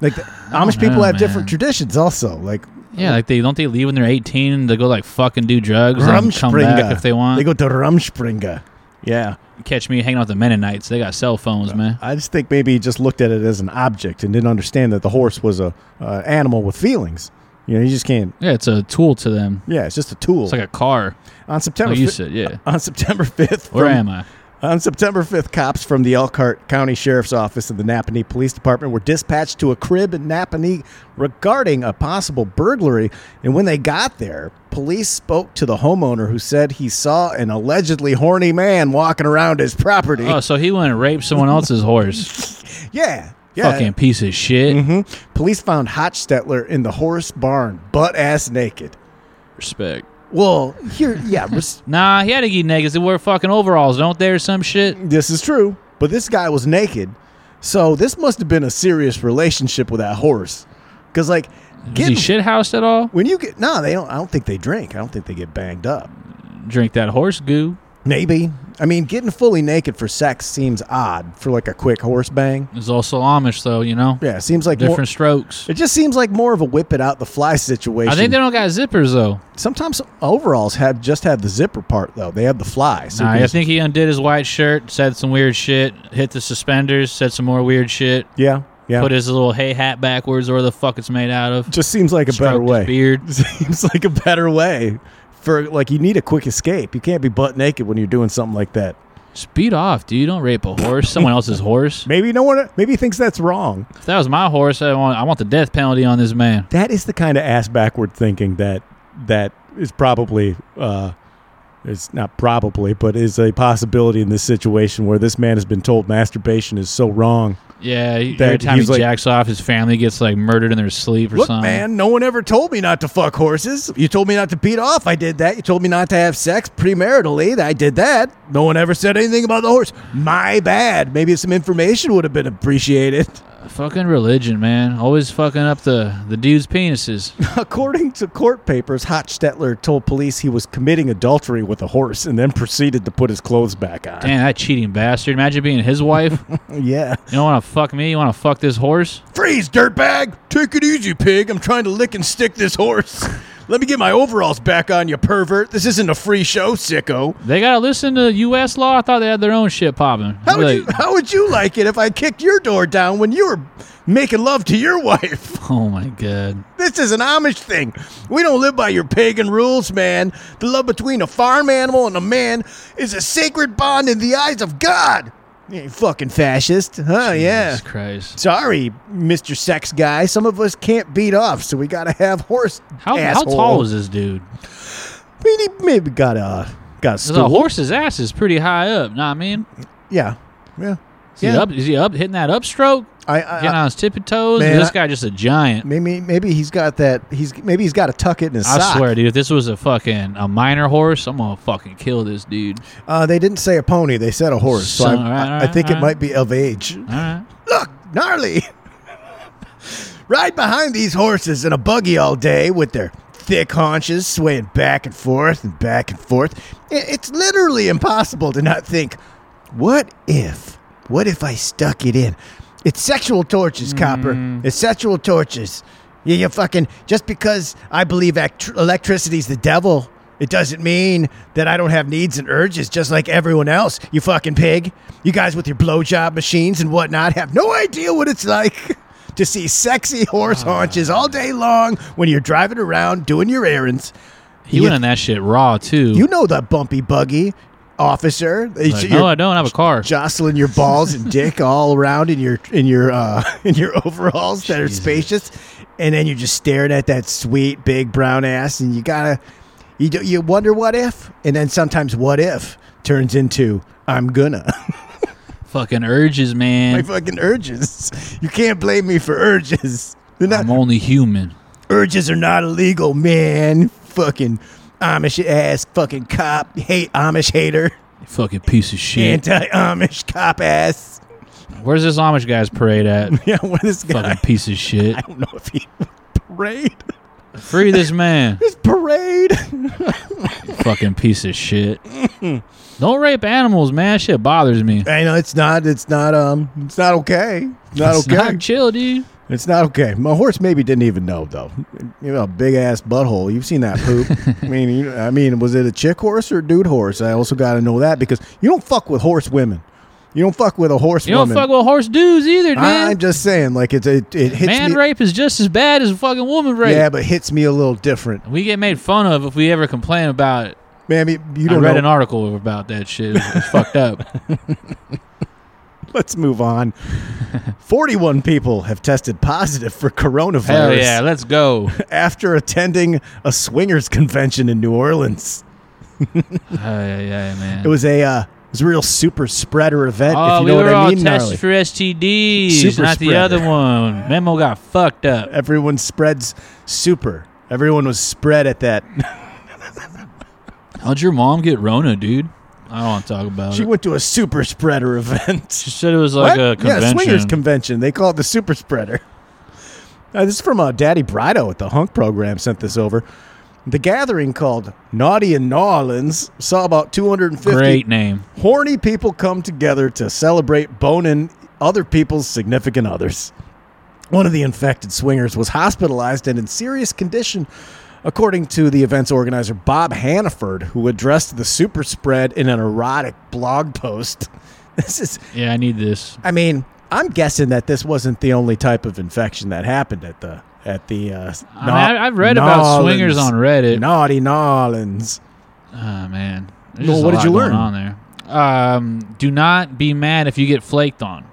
S1: Like the, Amish people
S3: know,
S1: have different
S3: man.
S1: traditions, also. Like
S3: Yeah, like they don't they leave when they're 18 and they go like fucking do drugs and come back
S1: Rumspringa.
S3: if they want.
S1: They go to Rumspringa. Yeah.
S3: catch me hanging out with the Mennonites. They got cell phones, man.
S1: I just think maybe he just looked at it as an object and didn't understand that the horse was a uh, animal with feelings. You know, you just can't.
S3: Yeah, it's a tool to them.
S1: Yeah, it's just a tool.
S3: It's like a car.
S1: on September
S3: Like Oh, you
S1: fi-
S3: said, yeah.
S1: on September fifth.
S3: Where
S1: from-
S3: am I?
S1: On September 5th, cops from the Elkhart County Sheriff's Office and the Napanee Police Department were dispatched to a crib in Napanee regarding a possible burglary. And when they got there, police spoke to the homeowner who said he saw an allegedly horny man walking around his property.
S3: Oh, so he went and raped someone else's horse.
S1: yeah. Yeah. Mm-hmm.
S3: Fucking piece of shit.
S1: Police found Hochstetler in the horse barn, butt ass naked.
S3: Respect.
S1: Well, here, yeah, res-
S3: Nah, he had to get niggas. They wear fucking overalls, don't they, or some shit?
S1: this is true, but this guy was naked. So this must have been a serious relationship with that horse. Because, like,
S3: Is he
S1: getting
S3: shit housed at all?
S1: When you get no, they don't. I don't think they drink. I don't think they get banged up.
S3: Drink that horse goo.
S1: Maybe. I mean, getting fully naked for sex seems odd for like a quick horse bang.
S3: It's also Amish, though, you know?
S1: Yeah, it seems like
S3: Different
S1: more,
S3: strokes.
S1: It just seems like more of a whip it out the fly situation.
S3: I think they don't got zippers, though.
S1: Sometimes overalls have just have the zipper part though. They have the fly. So you
S3: Nah,
S1: can
S3: I
S1: just-
S3: think he undid his white shirt, said some weird shit, hit the suspenders, said some more weird shit,
S1: yeah, yeah.
S3: put his little hay hat backwards or the fuck it's made out of.
S1: just seems like a better
S3: stroked his
S1: way.
S3: beard.
S1: Seems like a better way for like you need a quick escape. You can't be butt naked when you're doing something like that.
S3: Speed off, dude. Don't rape a horse, someone else's horse.
S1: Maybe no one. Maybe he thinks that's wrong.
S3: If that was my horse, I want I want the death penalty on this man.
S1: that is the kind of ass backward thinking that that is probably uh it's not probably but is a possibility in this situation where this man has been told masturbation is so wrong
S3: Yeah, he-
S1: That
S3: every time he
S1: he's like-
S3: jacks off, his family gets like murdered in their sleep or
S1: look
S3: something.
S1: man no one ever told me not to fuck horses you told me not to beat off i did that you told me not to have sex premaritally i did that no one ever said anything about the horse my bad maybe some information would have been appreciated
S3: Fucking religion, man. Always fucking up the the dude's penises.
S1: According to court papers, Hochstetler told police he was committing adultery with a horse and then proceeded to put his clothes back on.
S3: Damn, that cheating bastard. Imagine being his wife. You
S1: Yeah.
S3: don't want to fuck me. You want to fuck this horse?
S1: Freeze, dirtbag! Take it easy, pig. I'm trying to lick and stick this horse. Let me get my overalls back on, you pervert. This isn't a free show, sicko.
S3: They gotta listen to U.S. law. I thought they had their own shit popping.
S1: How would,
S3: Like,
S1: you, how would you like it if I kicked your door down when you were making love to your wife?
S3: oh my god.
S1: This is an Amish thing. We don't live by your pagan rules, man. The love between a farm animal and a man is a sacred bond in the eyes of God. You ain't fucking fascist, huh? Yeah.
S3: Jesus Christ.
S1: Sorry, Mr. Sex Guy. Some of us can't beat off, so we gotta have horse.
S3: How, how
S1: asshole.
S3: tall is this dude?
S1: I mean, he maybe got a got a
S3: Because a
S1: stool.
S3: horse's ass is pretty high up. Know what I mean?
S1: Yeah, yeah,
S3: Is, he, up, is he up hitting that upstroke?
S1: I, I,
S3: Getting
S1: I
S3: on his tippy toes?
S1: Man,
S3: this
S1: I-
S3: guy just a giant.
S1: maybe maybe he's got that. He's maybe he's got to tuck it in his
S3: I
S1: sock.
S3: swear, dude, if this was a fucking a minor horse, I'm gonna fucking kill this dude.
S1: Uh, they didn't say a pony. They said a horse. So,
S3: So-
S1: I, I,
S3: alright,
S1: I
S3: alright,
S1: think it
S3: alright.
S1: might be of age.
S3: All right.
S1: Look, gnarly. Ride behind these horses in a buggy all day with their thick haunches swaying back and forth and back and forth. I- It's literally impossible to not think, what if? What if I stuck it in? It's sexual tortures, Copper. It's sexual tortures. You, you fucking, just because I believe act- electricity's the devil, it doesn't mean that I don't have needs and urges just like everyone else, you fucking pig. You guys with your blowjob machines and whatnot have no idea what it's like to see sexy horse haunches all day long when you're driving around doing your errands.
S3: He
S1: You-
S3: went on that shit raw too.
S1: You know the bumpy buggy officer.
S3: Like,
S1: You're-
S3: no, I don't have a car.
S1: jostling your balls and dick all around in your in your uh in your overalls that are spacious and then you're just staring at that sweet big brown ass and you gotta you do, you wonder what if and then sometimes what if turns into i'm gonna
S3: Fucking urges,
S1: my
S3: man.
S1: fucking urges you can't blame me for urges they're not
S3: I'm only human.
S1: urges are not illegal man fucking amish ass fucking cop hate amish hater
S3: You Fucking piece of shit.
S1: anti-amish cop ass
S3: Where's this Amish guy's parade at?
S1: yeah what is this guy
S3: Fucking piece of shit.
S1: I don't know if he parade.
S3: Free this man.
S1: This parade.
S3: Fucking piece of shit.
S1: Mm-hmm.
S3: Don't rape animals, man. That Shit bothers me.
S1: I know it's not. It's not. Um. It's not okay. It's not
S3: It's
S1: okay.
S3: not chill, dude.
S1: It's not okay. My horse maybe didn't even know though. You know, big ass butthole. You've seen that poop. I mean, you, I mean, was it a chick horse or a dude horse? I also got to know that because you don't fuck with horse women. You don't fuck with a horse
S3: You don't
S1: woman.
S3: fuck with horse dudes either,
S1: I, am
S3: man.
S1: just saying, like it's it, it hits
S3: Man
S1: me.
S3: rape is just as bad as fucking woman rape.
S1: Yeah, but hits me a little different.
S3: We get made fun of if we ever complain about it.
S1: Man, you, you
S3: I
S1: don't
S3: read
S1: know.
S3: an article about that shit. It's, it's fucked up.
S1: Let's move on. Forty-one people have tested positive for coronavirus
S3: Hell yeah, let's go.
S1: after attending a swingers convention in New Orleans.
S3: Oh, yeah, yeah, man.
S1: It was a uh, it was a real super spreader event.
S3: oh,
S1: if you
S3: we
S1: know
S3: were
S1: what I
S3: all
S1: mean, gnarly.
S3: tested for STDs,
S1: Super
S3: not the
S1: spreader.
S3: other one. Memo got fucked up.
S1: Everyone spreads super. Everyone was spread at that.
S3: How'd your mom get Rona, dude? I don't want to talk about
S1: She
S3: it.
S1: went to a super spreader event.
S3: She said it was like a
S1: What?
S3: convention.
S1: Yeah, swingers convention. They call it the super spreader. Uh, this is from uh, Daddy Brido at the Hunk Program. Sent this over. The gathering called Naughty in New Orleans saw about 250
S3: Great name.
S1: horny people come together to celebrate boning other people's significant others. One of the infected swingers was hospitalized and in serious condition, according to the event's organizer Bob Hannaford, who addressed the super spread in an erotic blog post. This is,
S3: Yeah, I need this.
S1: I mean, I'm guessing that this wasn't the only type of infection that happened at the at the. Uh,
S3: I mean, I- I've read about swingers on Reddit.
S1: Naughty Nolans.
S3: Oh man. There's
S1: Well,
S3: just a
S1: what did
S3: lot
S1: you
S3: going
S1: learn?
S3: on there? Um, do not be mad if you get flaked on.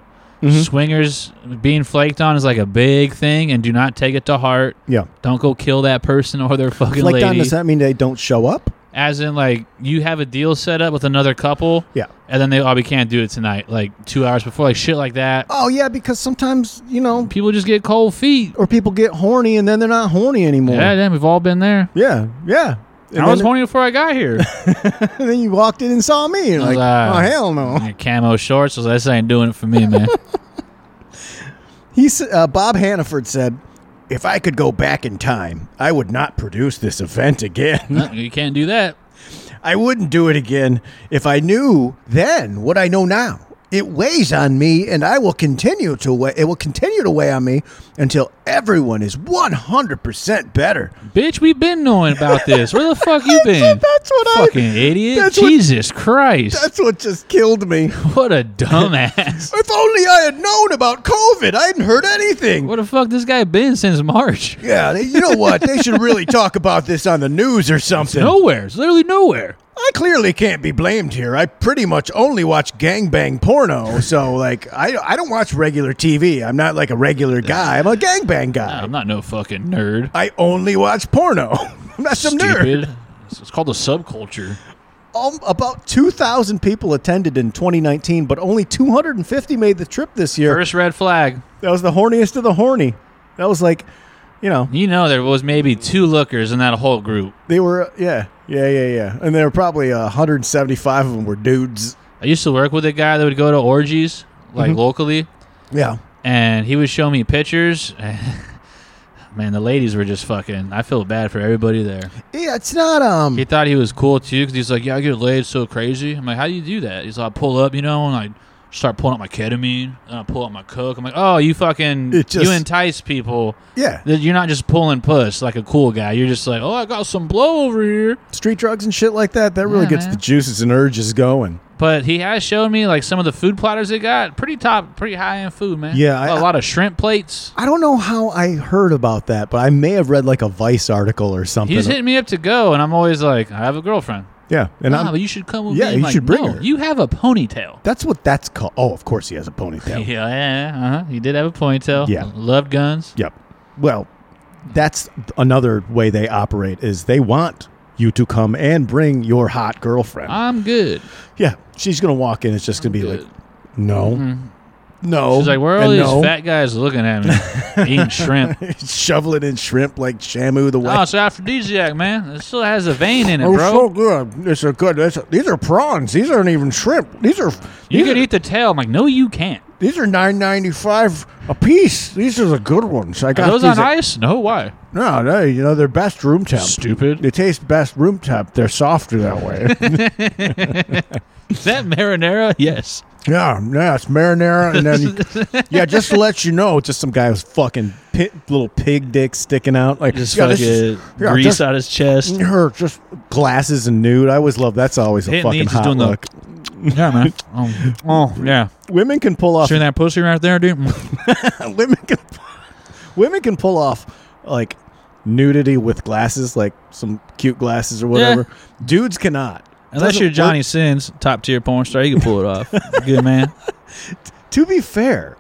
S1: Mm-hmm.
S3: Swingers being flaked on is like a big thing, and do not take it to heart.
S1: Yeah,
S3: Don't go kill that person or their fucking
S1: like
S3: lady.
S1: that. Does that mean they don't show up?
S3: As in, like you have a deal set up with another couple,
S1: Yeah.
S3: and then they oh we can't do it tonight, like two hours before, like shit like that.
S1: Oh yeah, because sometimes you know,
S3: People just get cold feet.
S1: or people get horny and then they're not horny anymore.
S3: Yeah, damn, we've all been there.
S1: yeah, yeah. And
S3: I was
S1: then,
S3: horny before I got here.
S1: and then you walked in and saw me, and
S3: I was
S1: like, oh
S3: like,
S1: hell no.
S3: Your camo shorts, I was like, this ain't doing it for me, man.
S1: He s- uh, Bob Hannaford said, "If I could go back in time, I would not produce this event again.
S3: No, you can't do that.
S1: I wouldn't do it again if I knew then what I know now. It weighs on me, and I will continue to weigh. It will continue to weigh on me until everyone is one hundred percent better."
S3: Bitch, we've been knowing about this. Where the fuck you been?
S1: That's what
S3: Fucking
S1: I.
S3: idiot.
S1: that's what-
S3: Jesus Christ.
S1: That's what just killed me.
S3: What a dumbass.
S1: If only I had known about COVID, I hadn't heard anything.
S3: Where the fuck this guy been since March?
S1: Yeah, they, you know what? They should really talk about this on the news or something.
S3: Nowhere. It's literally nowhere.
S1: I clearly can't be blamed here. I pretty much only watch gangbang porno, so like I I don't watch regular TV. I'm not like a regular guy. I'm a gangbang guy.
S3: I'm not no fucking nerd.
S1: I only watch porno. I'm not some nerd.
S3: Stupid. It's it's called a subculture.
S1: Um, about 2,000 people attended in 2019, but only 250 made the trip this year.
S3: First red flag.
S1: That was the horniest of the horny. That was like, you know,
S3: You know there was maybe two lookers in that whole group.
S1: They were, yeah, yeah, yeah, yeah. And there were probably uh, 175 of them were dudes.
S3: I used to work with a guy that would go to orgies, like
S1: Mm-hmm.
S3: locally,
S1: Yeah.
S3: and he would show me pictures. Man, the ladies were just fucking. I feel bad for everybody there.
S1: Yeah, it's not, um,
S3: He thought he was cool too because he's like, "Yeah, I get laid so crazy." I'm like, "How do you do that?" He's like, "I pull up, you know, and I start pulling out my ketamine and I pull out my coke." I'm like, "Oh, you fucking
S1: It just-
S3: you entice people.
S1: yeah,
S3: That You're not just pulling puss like a cool guy. You're just like, oh, I got some blow over here."
S1: street drugs and shit like that. That really
S3: Yeah,
S1: gets
S3: man.
S1: the juices and urges going.
S3: But he has shown me like some of the food platters they got. Pretty top, pretty high end food, man.
S1: Yeah, I-
S3: a lot of shrimp plates.
S1: I don't know how I heard about that, but I may have read like a Vice article or something.
S3: He's hitting me up to go, and I'm always like, "I have a girlfriend."
S1: yeah, and
S3: Nah,
S1: I'm,
S3: but you should come with
S1: Yeah,
S3: me.
S1: you
S3: I'm like,
S1: should bring
S3: "No,
S1: her."
S3: You have a ponytail.
S1: that's what that's called. Oh, of course he has a ponytail.
S3: Yeah, yeah, uh-huh. He did have a ponytail.
S1: Yeah.
S3: Loved guns.
S1: Yep. Well, that's another way they operate is they want you to come and bring your hot
S3: Ah.
S1: girlfriend.
S3: I'm good.
S1: yeah, she's gonna walk in. It's just gonna be
S3: Good.
S1: like, no, No.
S3: Mm-hmm. She's like, where are all
S1: Oh, and
S3: these
S1: no.
S3: fat guys looking at me eating shrimp?
S1: Shoveling in shrimp like Shamu the
S3: Oh,
S1: Whale.
S3: it's aphrodisiac, man. It still has a vein in it,
S1: Oh,
S3: bro.
S1: so good. It's a good. It's a, these are prawns. These aren't even shrimp. These are.
S3: you
S1: these
S3: could
S1: are-
S3: eat the tail. I'm like, no, you can't.
S1: These are nine ninety five a piece. These are the good ones. I got
S3: Are those
S1: these
S3: on
S1: at-
S3: ice? No, why?
S1: No, no, you know they're best room temp.
S3: Stupid.
S1: They taste best room temp. They're softer that way.
S3: Is that marinara? Yes.
S1: yeah, yeah, it's marinara, and then yeah, just to let you know, just some guy was fucking pit, little pig dick sticking out like
S3: Just
S1: yeah, this
S3: fucking
S1: is- yeah,
S3: grease
S1: just-
S3: out his chest.
S1: her just glasses and nude. I always love that's always a
S3: Hitting
S1: fucking
S3: these, just
S1: hot
S3: doing the-
S1: look. Mm.
S3: Yeah, man. Oh, oh yeah.
S1: Women can pull off
S3: Sure, that pussy right there, dude. Mm.
S1: women can women can pull off like nudity with glasses, like some cute glasses or whatever. Dudes cannot.
S3: Unless
S1: Doesn't
S3: you're
S1: work.
S3: Johnny Sins, top tier porn star, you can pull it off. Good man.
S1: To be fair,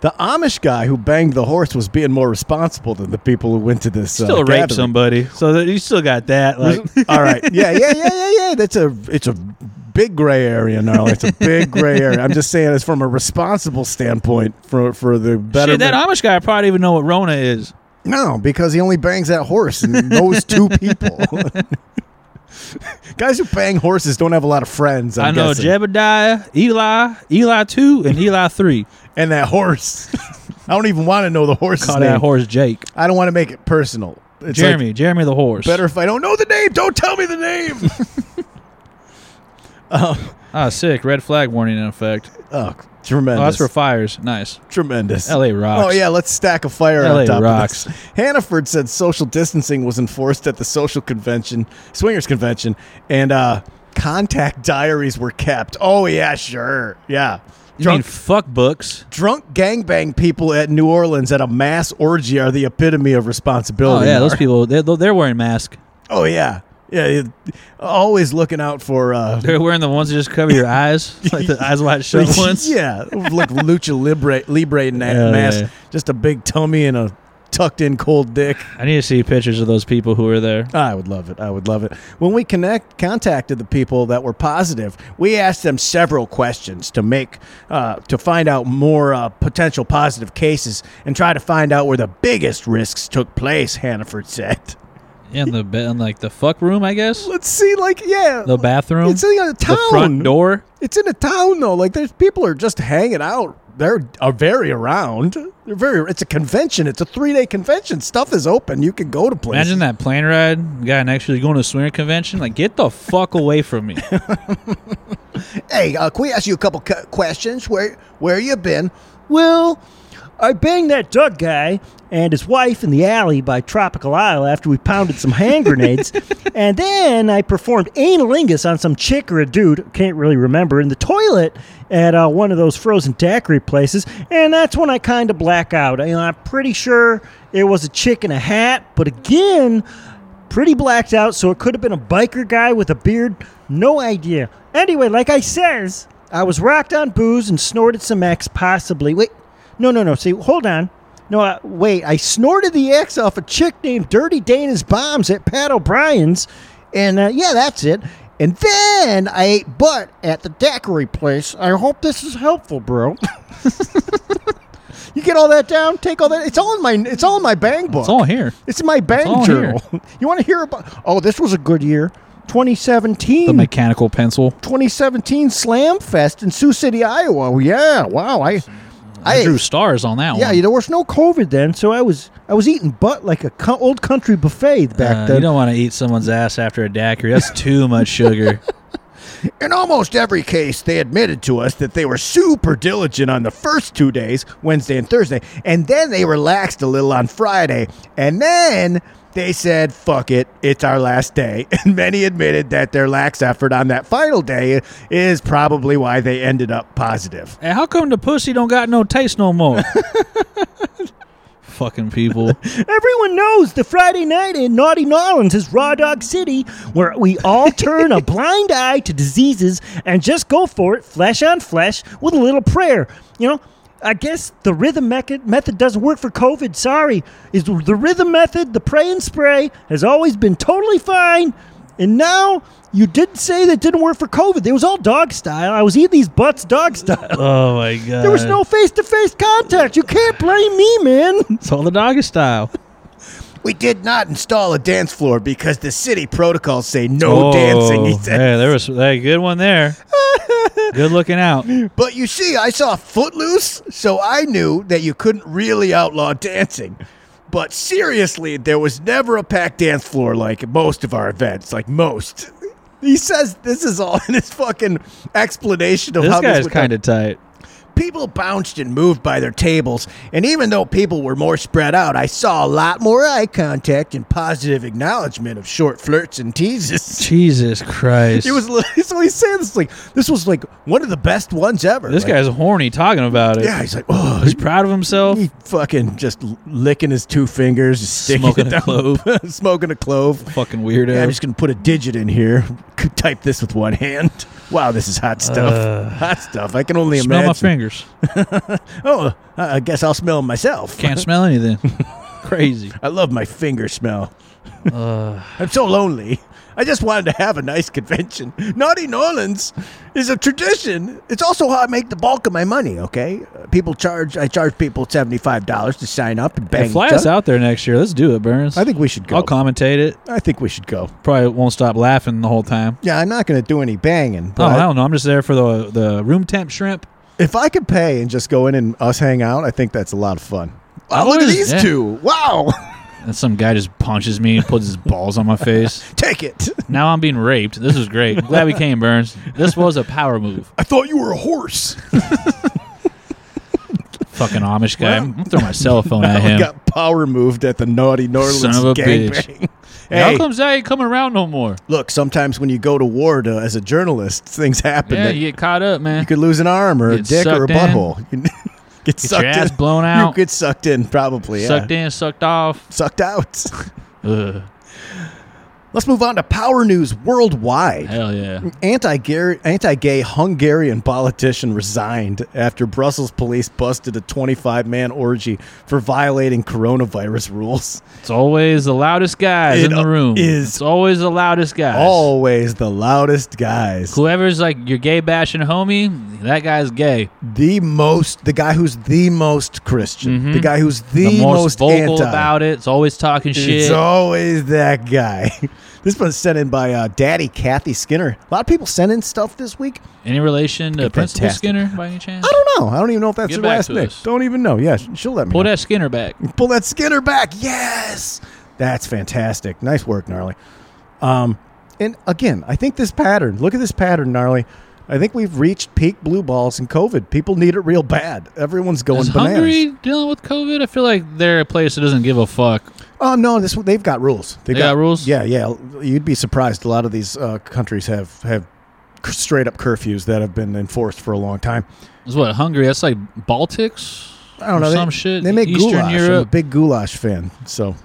S1: the Amish guy who banged the horse was being more responsible than the people who went to this.
S3: Still
S1: uh,
S3: rape
S1: gathering.
S3: somebody, so that you still got that. Like,
S1: All right. Yeah, yeah, yeah, yeah, yeah. That's a it's a big gray area now. It's a big gray area. I'm just saying it's from a responsible standpoint for for the better.
S3: shit, that Amish guy probably even know what Rona is.
S1: No, because he only bangs that horse and knows two people. Guys who bang horses don't have a lot of friends. I'm
S3: i know
S1: guessing.
S3: Jebediah, Eli, Eli two, and Eli three.
S1: and that horse. I don't even want to know the horse's
S3: Call
S1: name.
S3: that horse Jake.
S1: I don't want to make it personal. It's like,
S3: Jeremy, Jeremy the horse.
S1: better if I don't know the name. Don't tell me the name.
S3: Ah, sick. Red flag warning in effect.
S1: oh,
S3: Oh,
S1: tremendous!
S3: that's for fires. Nice.
S1: tremendous.
S3: L.A. rocks.
S1: Oh yeah, let's stack a fire
S3: LA
S1: on top
S3: rocks.
S1: of this. Hannaford said social distancing was enforced at the social convention, swingers convention, and uh, contact diaries were kept. Oh yeah, sure, yeah.
S3: You mean
S1: Drunk,
S3: fuck books?
S1: drunk gangbang people at New Orleans at a mass orgy are the epitome of
S3: Oh
S1: responsibility.
S3: yeah, those
S1: Mark.
S3: people. They're, they're wearing masks.
S1: Oh yeah, yeah. it- Always looking out for. Uh,
S3: They're wearing the ones that just cover your eyes, like the eyes wide shut ones.
S1: yeah, like lucha libre, libre na-
S3: Hell
S1: mask,
S3: yeah.
S1: just a big tummy and a tucked in cold dick.
S3: I need to see pictures of those people who were there.
S1: I would love it. I would love it. When we connect contacted the people that were positive, we asked them several questions to make uh, to find out more uh, potential positive cases and try to find out where the biggest risks took place. Hannaford said.
S3: Yeah, in the be- in like the fuck room, I guess.
S1: Let's see, like, yeah,
S3: The bathroom.
S1: It's in a town.
S3: The front door.
S1: It's in a town though. Like, there's people are just hanging out. They're are very around. They're very. It's a convention. It's a three day convention. Stuff is open. You can go to places.
S3: Imagine that plane ride. The guy next to you going to a swinger convention. Like, get the fuck away from me.
S1: Hey, uh, can we ask you a couple cu- questions? Where where you been? Well,
S4: I banged that Doug guy and his wife in the alley by Tropical Isle after we pounded some hand grenades. and then I performed analingus on some chick or a dude, can't really remember, in the toilet at uh, one of those frozen daiquiri places. And that's when I kind of black out. You know, I'm pretty sure it was a chick in a hat, but again, pretty blacked out, so it could have been a biker guy with a beard. No idea. Anyway, like I says, I was rocked on booze and snorted some X, possibly. Wait, no, no, no. See, hold on. No, I, wait. I
S1: I snorted the X off a chick named Dirty Dana's bombs at Pat O'Brien's, and uh, yeah, that's it. And then I ate butt at the daiquiri place. I hope this is helpful, bro. you get all that down. Take all that. It's all in my. It's all in my bang book.
S3: It's all here.
S1: It's in my bang
S3: all
S1: journal. You want to hear about? Oh, this was a good year. 2017.
S3: The mechanical pencil.
S1: 2017 Slam Fest in Sioux City, Iowa. Oh, Yeah, wow. I,
S3: I,
S1: I
S3: drew stars on that
S1: yeah,
S3: one.
S1: there was no COVID then, so I was I was eating butt like a co- old country buffet back
S3: Uh, you
S1: then.
S3: don't want to eat someone's ass after a daiquiri. That's too much sugar.
S1: In almost every case, they admitted to us that they were super diligent on the first two days, Wednesday and Thursday, and then they relaxed a little on Friday, and then they said, fuck it, it's our last day. And many admitted that their lax effort on that final day is probably why they ended up positive.
S3: hey, how come the pussy don't got no taste no more? Fucking people.
S4: Everyone knows the Friday night in Naughty Nolans is Raw Dog City, where we all turn a blind eye to diseases and just go for it, flesh on flesh, with a little prayer. You know, I guess the rhythm method, method doesn't work for COVID. Sorry, is the rhythm method, the pray and spray, has always been totally fine. And now you did say that didn't work for COVID. It was all dog style. I was eating these butts dog style.
S3: Oh my god.
S4: There
S1: Uh.
S4: was no face to face contact. You can't blame me, man.
S5: It's all the doggy style.
S1: We did not install a dance floor because the city protocols say no
S3: Oh,
S1: dancing. He said.
S3: Yeah, there was a good one there. good looking out.
S1: But you see, I saw Footloose, so I knew that you couldn't really outlaw dancing. But seriously, there was never a packed dance floor like at most of our events, like most. He says this is all in his fucking explanation of
S3: This
S1: how this
S3: guy's
S1: would happen.
S3: kind of tight.
S1: People bounced and moved by their tables, and even though people were more spread out, I saw a lot more eye contact and positive acknowledgement of short flirts and teases.
S5: Jesus Christ.
S1: It was li- so he's saying this like this was like one of the best ones ever.
S3: This
S1: Like,
S3: guy's horny talking about it.
S1: yeah, he's like, oh,
S3: He's proud of himself.
S1: he fucking just l- licking his two fingers, just sticking
S3: Smoking
S1: it
S3: a
S1: down,
S3: clove.
S1: smoking a clove.
S3: Fucking weirdo.
S1: Yeah, I'm just gonna put a digit in here. Could type this with one hand. Wow, this is hot stuff. hot stuff. I can only
S3: Uh. smell my
S1: imagine.
S3: fingers.
S1: oh, I I guess I'll smell 'em myself.
S3: Can't smell anything. Crazy.
S1: I love my finger smell.
S3: Uh.
S1: I'm so lonely. I just wanted to have a nice convention. Naughty Nolans is a tradition. It's also how I make the bulk of my money. Okay, Uh, people charge. I charge people seventy five dollars to sign up and bang.
S3: Hey, fly
S1: each
S3: us
S1: other.
S3: out there next year. Let's do it, Burns.
S1: I think we should go.
S3: I'll commentate it.
S1: I think we should go.
S3: Probably won't stop laughing the whole time.
S1: Yeah, I'm not going to do any banging.
S3: Oh,
S1: But
S3: I don't know. I'm just there for the the room temp shrimp.
S1: if I could pay and just go in and us hang out, I think that's a lot of fun. Wow, look at
S3: always-
S1: these
S3: yeah.
S1: two. Wow.
S3: And some guy just punches me and puts his balls on my face.
S1: Take it.
S3: Now I'm being raped. This is great. I'm glad we came, Burns. This was a power move.
S1: I thought you were a horse.
S3: Fucking Amish guy. I'm
S1: Well-
S3: gonna throw my cell phone
S1: I
S3: at him.
S1: Oh, got power moved at the Naughty Norlands
S3: Son of a
S1: gangbang.
S3: Hey, How
S1: Hey,
S3: comes I ain't coming around no more?
S1: look, sometimes when you go to war to, as a journalist, things happen.
S3: Yeah,
S1: that
S3: you
S1: you,
S3: get caught up, man.
S1: could lose an arm or a
S3: Get
S1: dick or a
S3: sucked in.
S1: butthole. You get sucked
S3: ass
S1: in.
S3: blown
S1: You
S3: out.
S1: get sucked in, probably.
S3: Sucked
S1: yeah.
S3: in, sucked off.
S1: Sucked out.
S3: Ugh,
S1: Let's move on to power news worldwide.
S3: hell yeah.
S1: Anti-gay, anti-gay Hungarian politician resigned after Brussels police busted a 25-man orgy for violating coronavirus rules.
S3: It's always the loudest guys
S1: It
S3: in the room.
S1: is-
S3: it's always the loudest guys.
S1: Always the loudest guys.
S3: Whoever's like your gay bashing homie, that guy's gay.
S1: The most, the guy who's the most Christian, the guy who's the,
S3: Mm-hmm. The, most, vocal
S1: anti.
S3: about it. It's always talking
S1: It's
S3: shit.
S1: always that guy. this one's sent in by uh, Daddy Kathy Skinner. A lot of people sent in stuff this week.
S3: Any relation to Principal
S1: Fantastic.
S3: Skinner by any chance?
S1: I don't know. I don't even know if that's
S3: Get
S1: her
S3: back
S1: last
S3: to
S1: name.
S3: us.
S1: Don't even know. Yeah, she'll let me.
S3: Pull
S1: know.
S3: that Skinner back.
S1: pull that Skinner back. Yes, that's fantastic. Nice work, gnarly. Um, and again, I think this pattern. Look at this pattern, gnarly. I think we've reached peak blue balls in COVID. People need it real bad. Everyone's going
S3: Is
S1: bananas.
S3: Hungary dealing with COVID? I feel like they're a place that doesn't give a fuck.
S1: Oh no, this one- they've got rules. They've
S3: They got rules?
S1: Yeah, yeah. You'd be surprised. A lot of these uh, countries have have straight up curfews that have been enforced for a long time.
S3: Is what Hungary? That's like Baltics.
S1: I don't
S3: or
S1: know
S3: some
S1: they,
S3: shit.
S1: They make
S3: Eastern
S1: goulash. I'm a
S3: Europe.
S1: big goulash fan, so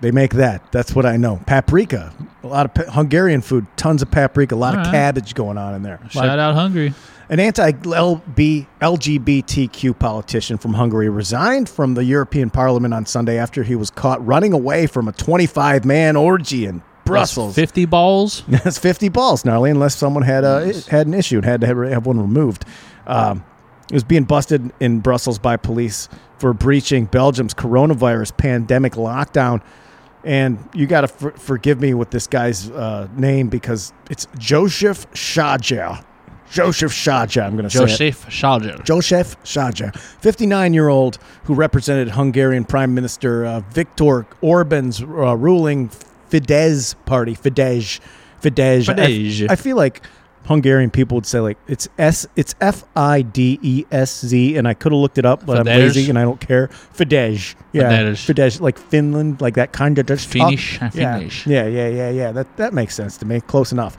S1: they make that. That's what I know. Paprika, a lot of pa- Hungarian food, tons of paprika, a lot of
S3: All right.
S1: cabbage going on in there.
S3: Shout out Hungary.
S1: An anti-LB LGBTQ politician from Hungary resigned from the European Parliament on Sunday after he was caught running away from a 25-man orgy in Brussels.
S3: That's Fifty balls.
S1: That's 50 balls, gnarly, unless someone had uh, had an issue and had to have, have one removed. Um, it was being busted in Brussels by police for breaching Belgium's coronavirus pandemic lockdown. And you got to for- forgive me with this guy's uh, name because it's Joseph Shaja. Joseph Shaja, I'm going to say. it.
S3: Joseph Schalger.
S1: Joseph Shaja, 59 year old who represented Hungarian Prime Minister uh, Viktor Orban's uh, ruling Fidesz party, Fidesz, Fidesz.
S3: Fidesz.
S1: I, I feel like Hungarian people would say like it's S, it's F I D E S Z, and I could have looked it up, but
S3: Fidesz.
S1: I'm lazy and I don't care. Fidesz, yeah,
S3: Fidesz.
S1: Fidesz, like Finland, like that kind of just
S3: Finnish, uh,
S1: yeah.
S3: Finnish.
S1: Yeah, yeah, yeah, yeah. That that makes sense to me. Close enough.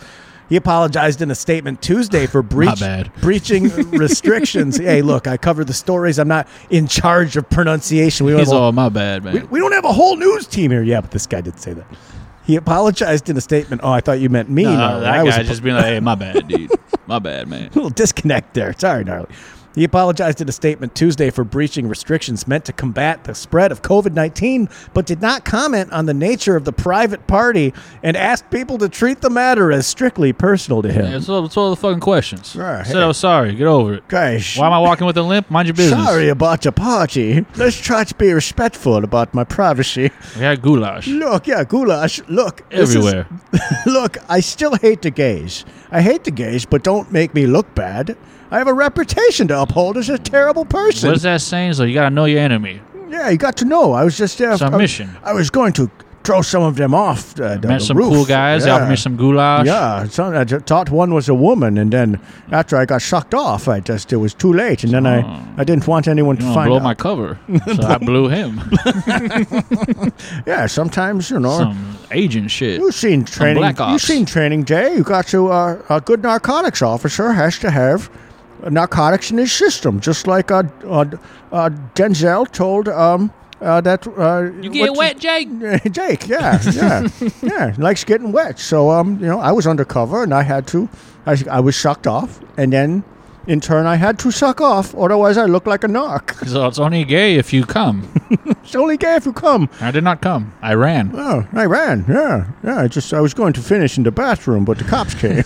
S1: He apologized in a statement Tuesday for breach,
S3: bad.
S1: breaching restrictions. hey, look, I cover the stories. I'm not in charge of pronunciation. We don't,
S3: He's
S1: have a,
S3: all my bad
S1: we,
S3: man.
S1: we don't have a whole news team here. Yeah, but this guy did say that. He apologized in a statement. Oh, I thought you meant me.
S3: Uh,
S1: Gnarly.
S3: that
S1: I was
S3: guy
S1: apo-
S3: just being like, "Hey, my bad, dude. my bad, man."
S1: little disconnect there. Sorry, gnarly. He apologized in a statement Tuesday for breaching restrictions meant to combat the spread of COVID 19, but did not comment on the nature of the private party and asked people to treat the matter as strictly personal to him.
S3: That's all, that's all the fucking questions.
S1: Right.
S3: Said I was sorry. Get over it.
S1: Gosh.
S3: Why am I walking with a limp? Mind your business.
S1: Sorry about your party. Let's try to be respectful about my privacy.
S3: We had goulash
S1: Look, yeah, goulash. Look, this is-
S3: everywhere.
S1: look, I still hate the gays. I hate the gays, but don't make me look bad. I have a reputation to uphold as a terrible person.
S3: What is that saying? So you gotta know your enemy.
S1: Yeah, you got to know. I was just uh,
S3: It's our
S1: I-
S3: mission.
S1: I was going to throw some of them off the, the
S3: Met some
S1: roof.
S3: cool guys. They
S1: Yeah.
S3: offered me some goulash.
S1: Yeah, some, I ju- thought one was a woman, and then after I got sucked off, I just it was too late, and then
S3: Oh.
S1: I I didn't want anyone
S3: You
S1: to
S3: wanna
S1: find
S3: blow
S1: out.
S3: my cover. So I blew him.
S1: yeah, sometimes you know.
S3: some agent shit.
S1: You've seen training.
S3: Black
S1: You've
S3: Ops.
S1: seen training day. You got to uh, a good narcotics officer has to have narcotics in his system, just like uh, uh, uh, Denzel told um, uh, that. Uh,
S3: You get
S1: what-
S3: wet, Jake.
S1: Jake, yeah, yeah, yeah, likes getting wet. So, um, you know, I was undercover and I had to, I, I was sucked off, and then in turn I had to suck off, otherwise I look like a narc.
S3: So it's only gay if you come.
S1: It's only gay if you come.
S3: I did not come. I ran.
S1: Oh, I ran. Yeah, yeah. I just I was going to finish in the bathroom, but the cops came.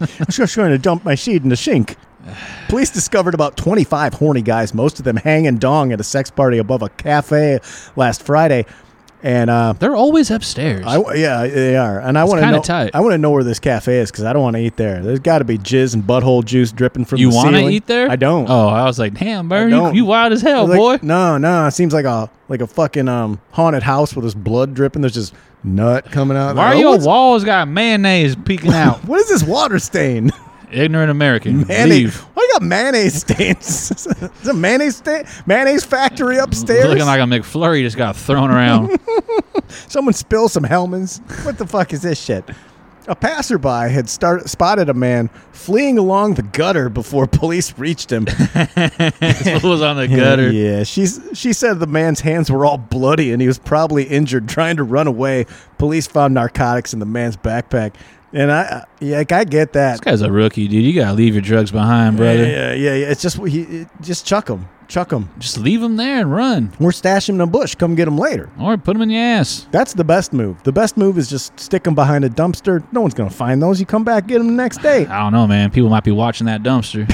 S1: I was just going to dump my seed in the sink. Police discovered about 25 horny guys, most of them hanging dong at a sex party above a cafe last Friday, and uh,
S3: They're always upstairs.
S1: I w yeah, they are, and I want to
S3: kinda
S1: know.
S3: tight.
S1: I want to know where this cafe is because I don't want to eat there. There's got to be jizz and butthole juice dripping from
S3: you
S1: the
S3: want to
S1: ceiling.
S3: eat there?
S1: I don't.
S3: Oh, I was like, damn, bro, you,
S1: don't.
S3: you wild as hell,
S1: Like,
S3: boy.
S1: No, no. It seems like a like a fucking um haunted house with this blood dripping. There's just nut coming out.
S3: Why are
S1: Like,
S3: your
S1: what's-
S3: walls got mayonnaise peeking out?
S1: What is this water stain?
S3: Ignorant American.
S1: Mayonnaise.
S3: Leave.
S1: Why you got mayonnaise stains? is it a mayonnaise stain? Mayonnaise factory
S3: It's
S1: upstairs.
S3: looking like a McFlurry just got thrown around.
S1: Someone spilled some Hellman's. What the fuck is this shit? A passerby had start, spotted a man fleeing along the gutter before police reached him.
S3: it was on the gutter.
S1: Yeah, she's she said the man's hands were all bloody and he was probably injured trying to run away. Police found narcotics in the man's backpack, and I yeah, like, I get that.
S3: This guy's a rookie, dude. You gotta leave your drugs behind,
S1: Yeah,
S3: brother.
S1: yeah, yeah, yeah. It's just he it- just chuck him, chuck him,
S3: Just leave them there and run,
S1: or stash him in a bush. Come get him later.
S3: or put them in your ass.
S1: That's the best move. The best move is just stick him behind a dumpster. No one's gonna find those. You come back, get him the next day.
S3: I don't know, man. People might be watching that dumpster.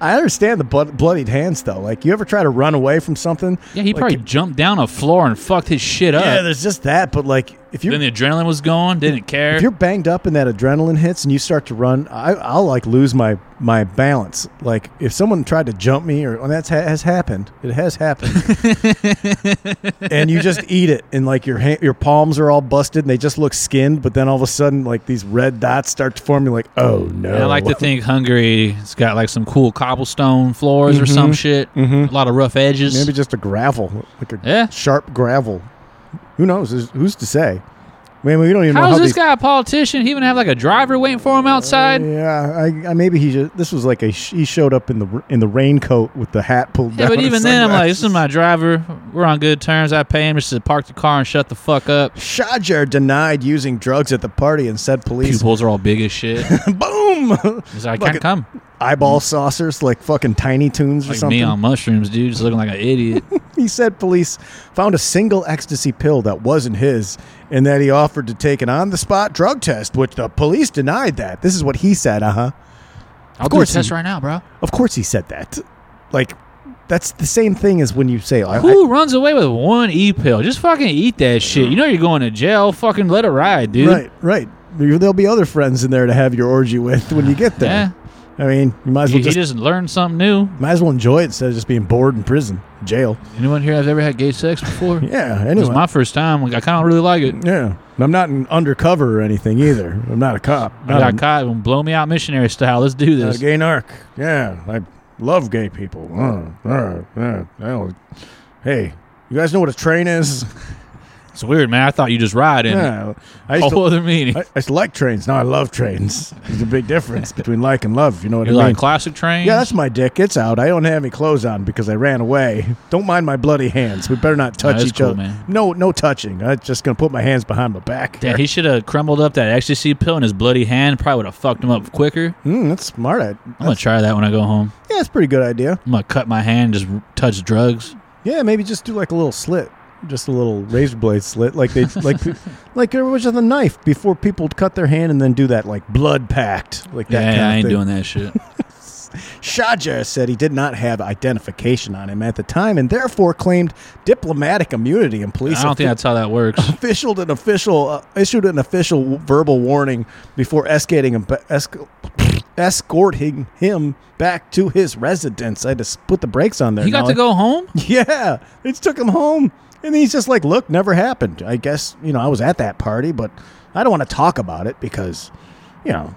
S1: I understand the blood, bloodied hands though. Like you ever try to run away from something?
S3: Yeah, he
S1: Like,
S3: probably jumped down a floor and fucked his shit up.
S1: yeah. There's just that, but like if you're
S3: then the adrenaline was gone. Didn't care.
S1: if you're banged up and that adrenaline hits and you start to run, I, I'll like lose my my balance. Like if someone tried to jump me, or and that's ha- has happened. It has happened. and you just eat it, and like your ha- your palms are all busted, and they just look skinned. But then all of a sudden, like these red dots start to form. You're like, oh no!
S3: And I like to think Hungary's got like some cool cobblestone floors or some shit. A lot of rough edges.
S1: Mm-hmm. maybe just a gravel, like a
S3: Yeah.
S1: sharp gravel. Who knows? Who's- Who's to say? Man, we don't even know
S3: How's
S1: how
S3: this
S1: these
S3: guy a politician? He even have like a driver waiting for him outside. yeah,
S1: Yeah, I, I maybe he just, this was like a sh- he showed up in the r- in the raincoat with the hat pulled down.
S3: but
S1: and
S3: even then, I'm like, this is
S1: sunglasses.
S3: my driver. We're on good terms. I pay him just to park the car and shut the fuck up.
S1: Shajar denied using drugs at the party and said police.
S3: Pupils are all big as shit.
S1: Boom!
S3: He's like, I
S1: Fuck
S3: can't
S1: it.
S3: come.
S1: Eyeball saucers like fucking Tiny Toons or
S3: Mm. Like
S1: something.
S3: me on mushrooms, dude, just looking like an idiot.
S1: He said police found a single ecstasy pill that wasn't his and that he offered to take an on the spot drug test, which the police denied that. This is what he said, uh huh.
S3: I'll do a
S1: course
S3: test
S1: he-
S3: right now, bro.
S1: Of course he said that. Like, that's the same thing as when you say, I, I,
S3: Who runs away with one e pill? Just fucking eat that shit. You know you're going to jail. Fucking let it ride, dude.
S1: Right, right. There- There'll be other friends in there to have your orgy with when you get there. I mean, you might as
S3: He,
S1: well
S3: he
S1: just,
S3: just learned something new.
S1: might as well enjoy it instead of just being bored in prison, jail.
S3: Anyone here has ever had gay sex before?
S1: Yeah.
S3: It was
S1: Anyway.
S3: my first time. Like, I kind of really like it.
S1: yeah. And I'm not an undercover or anything either. I'm not a cop.
S3: I
S1: Not
S3: got
S1: a,
S3: caught and blow me out missionary style. Let's do
S1: not a
S3: this.
S1: gay narc. Yeah. I love gay people. oh. Uh, uh, uh, I don't- hey, you guys know what a train is?
S3: It's weird, man. I thought you just ride in it.
S1: Yeah, I used
S3: Whole
S1: to,
S3: other meaning.
S1: I, I used to like trains. Now I love trains. There's a big difference between like and love. You know what
S3: You're
S1: I mean?
S3: like classic train.
S1: yeah, that's my dick. It's out. I don't have any clothes on because I ran away. Don't mind my bloody hands. We better not touch
S3: that's
S1: each
S3: cool,
S1: other.
S3: man.
S1: No, no touching. I'm just gonna put my hands behind my back.
S3: Damn, he should have crumbled up that ecstasy pill in his bloody hand. Probably would have fucked him up quicker.
S1: Mm, that's smart. I,
S3: I'm gonna try that when I go home.
S1: yeah, that's a pretty good idea.
S3: I'm gonna cut my hand, just r- touch drugs.
S1: Yeah, maybe just do like a little slit, just a little razor blade slit, like they like like there was the knife before people would cut their hand and then do that like blood pact, like that.
S3: yeah,
S1: kind of
S3: I ain't
S1: thing.
S3: doing that shit.
S1: Shaja said he did not have identification on him at the time and therefore claimed diplomatic immunity and police
S3: I don't think
S1: offi-
S3: that's how that works.
S1: officialed an official uh, issued an official w- verbal warning before escorting him, ba- esc- escorting him back to his residence. I just put the brakes on there.
S3: He got
S1: now.
S3: to go home.
S1: Yeah, they just took him home, and he's just like, "Look, never happened. I guess you know I was at that party, but I don't want to talk about it because, you know,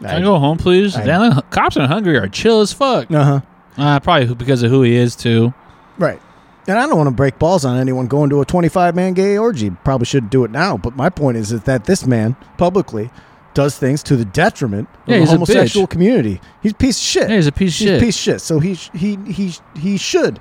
S3: Can I go home, please?
S1: I-
S3: Damn, cops in Hungary are chill as fuck.
S1: uh huh,
S3: Uh, probably who- because of who he is too.
S1: right." And I don't want to break balls on anyone going to a 25 man gay orgy. Probably shouldn't do it now. But my point is that this man publicly does things to the detriment of
S3: Yeah,
S1: the
S3: he's a
S1: homosexual
S3: bitch.
S1: community. He's a piece of shit.
S3: Yeah, he's a piece of
S1: He's a
S3: shit.
S1: piece of shit. So he sh- he he sh- he should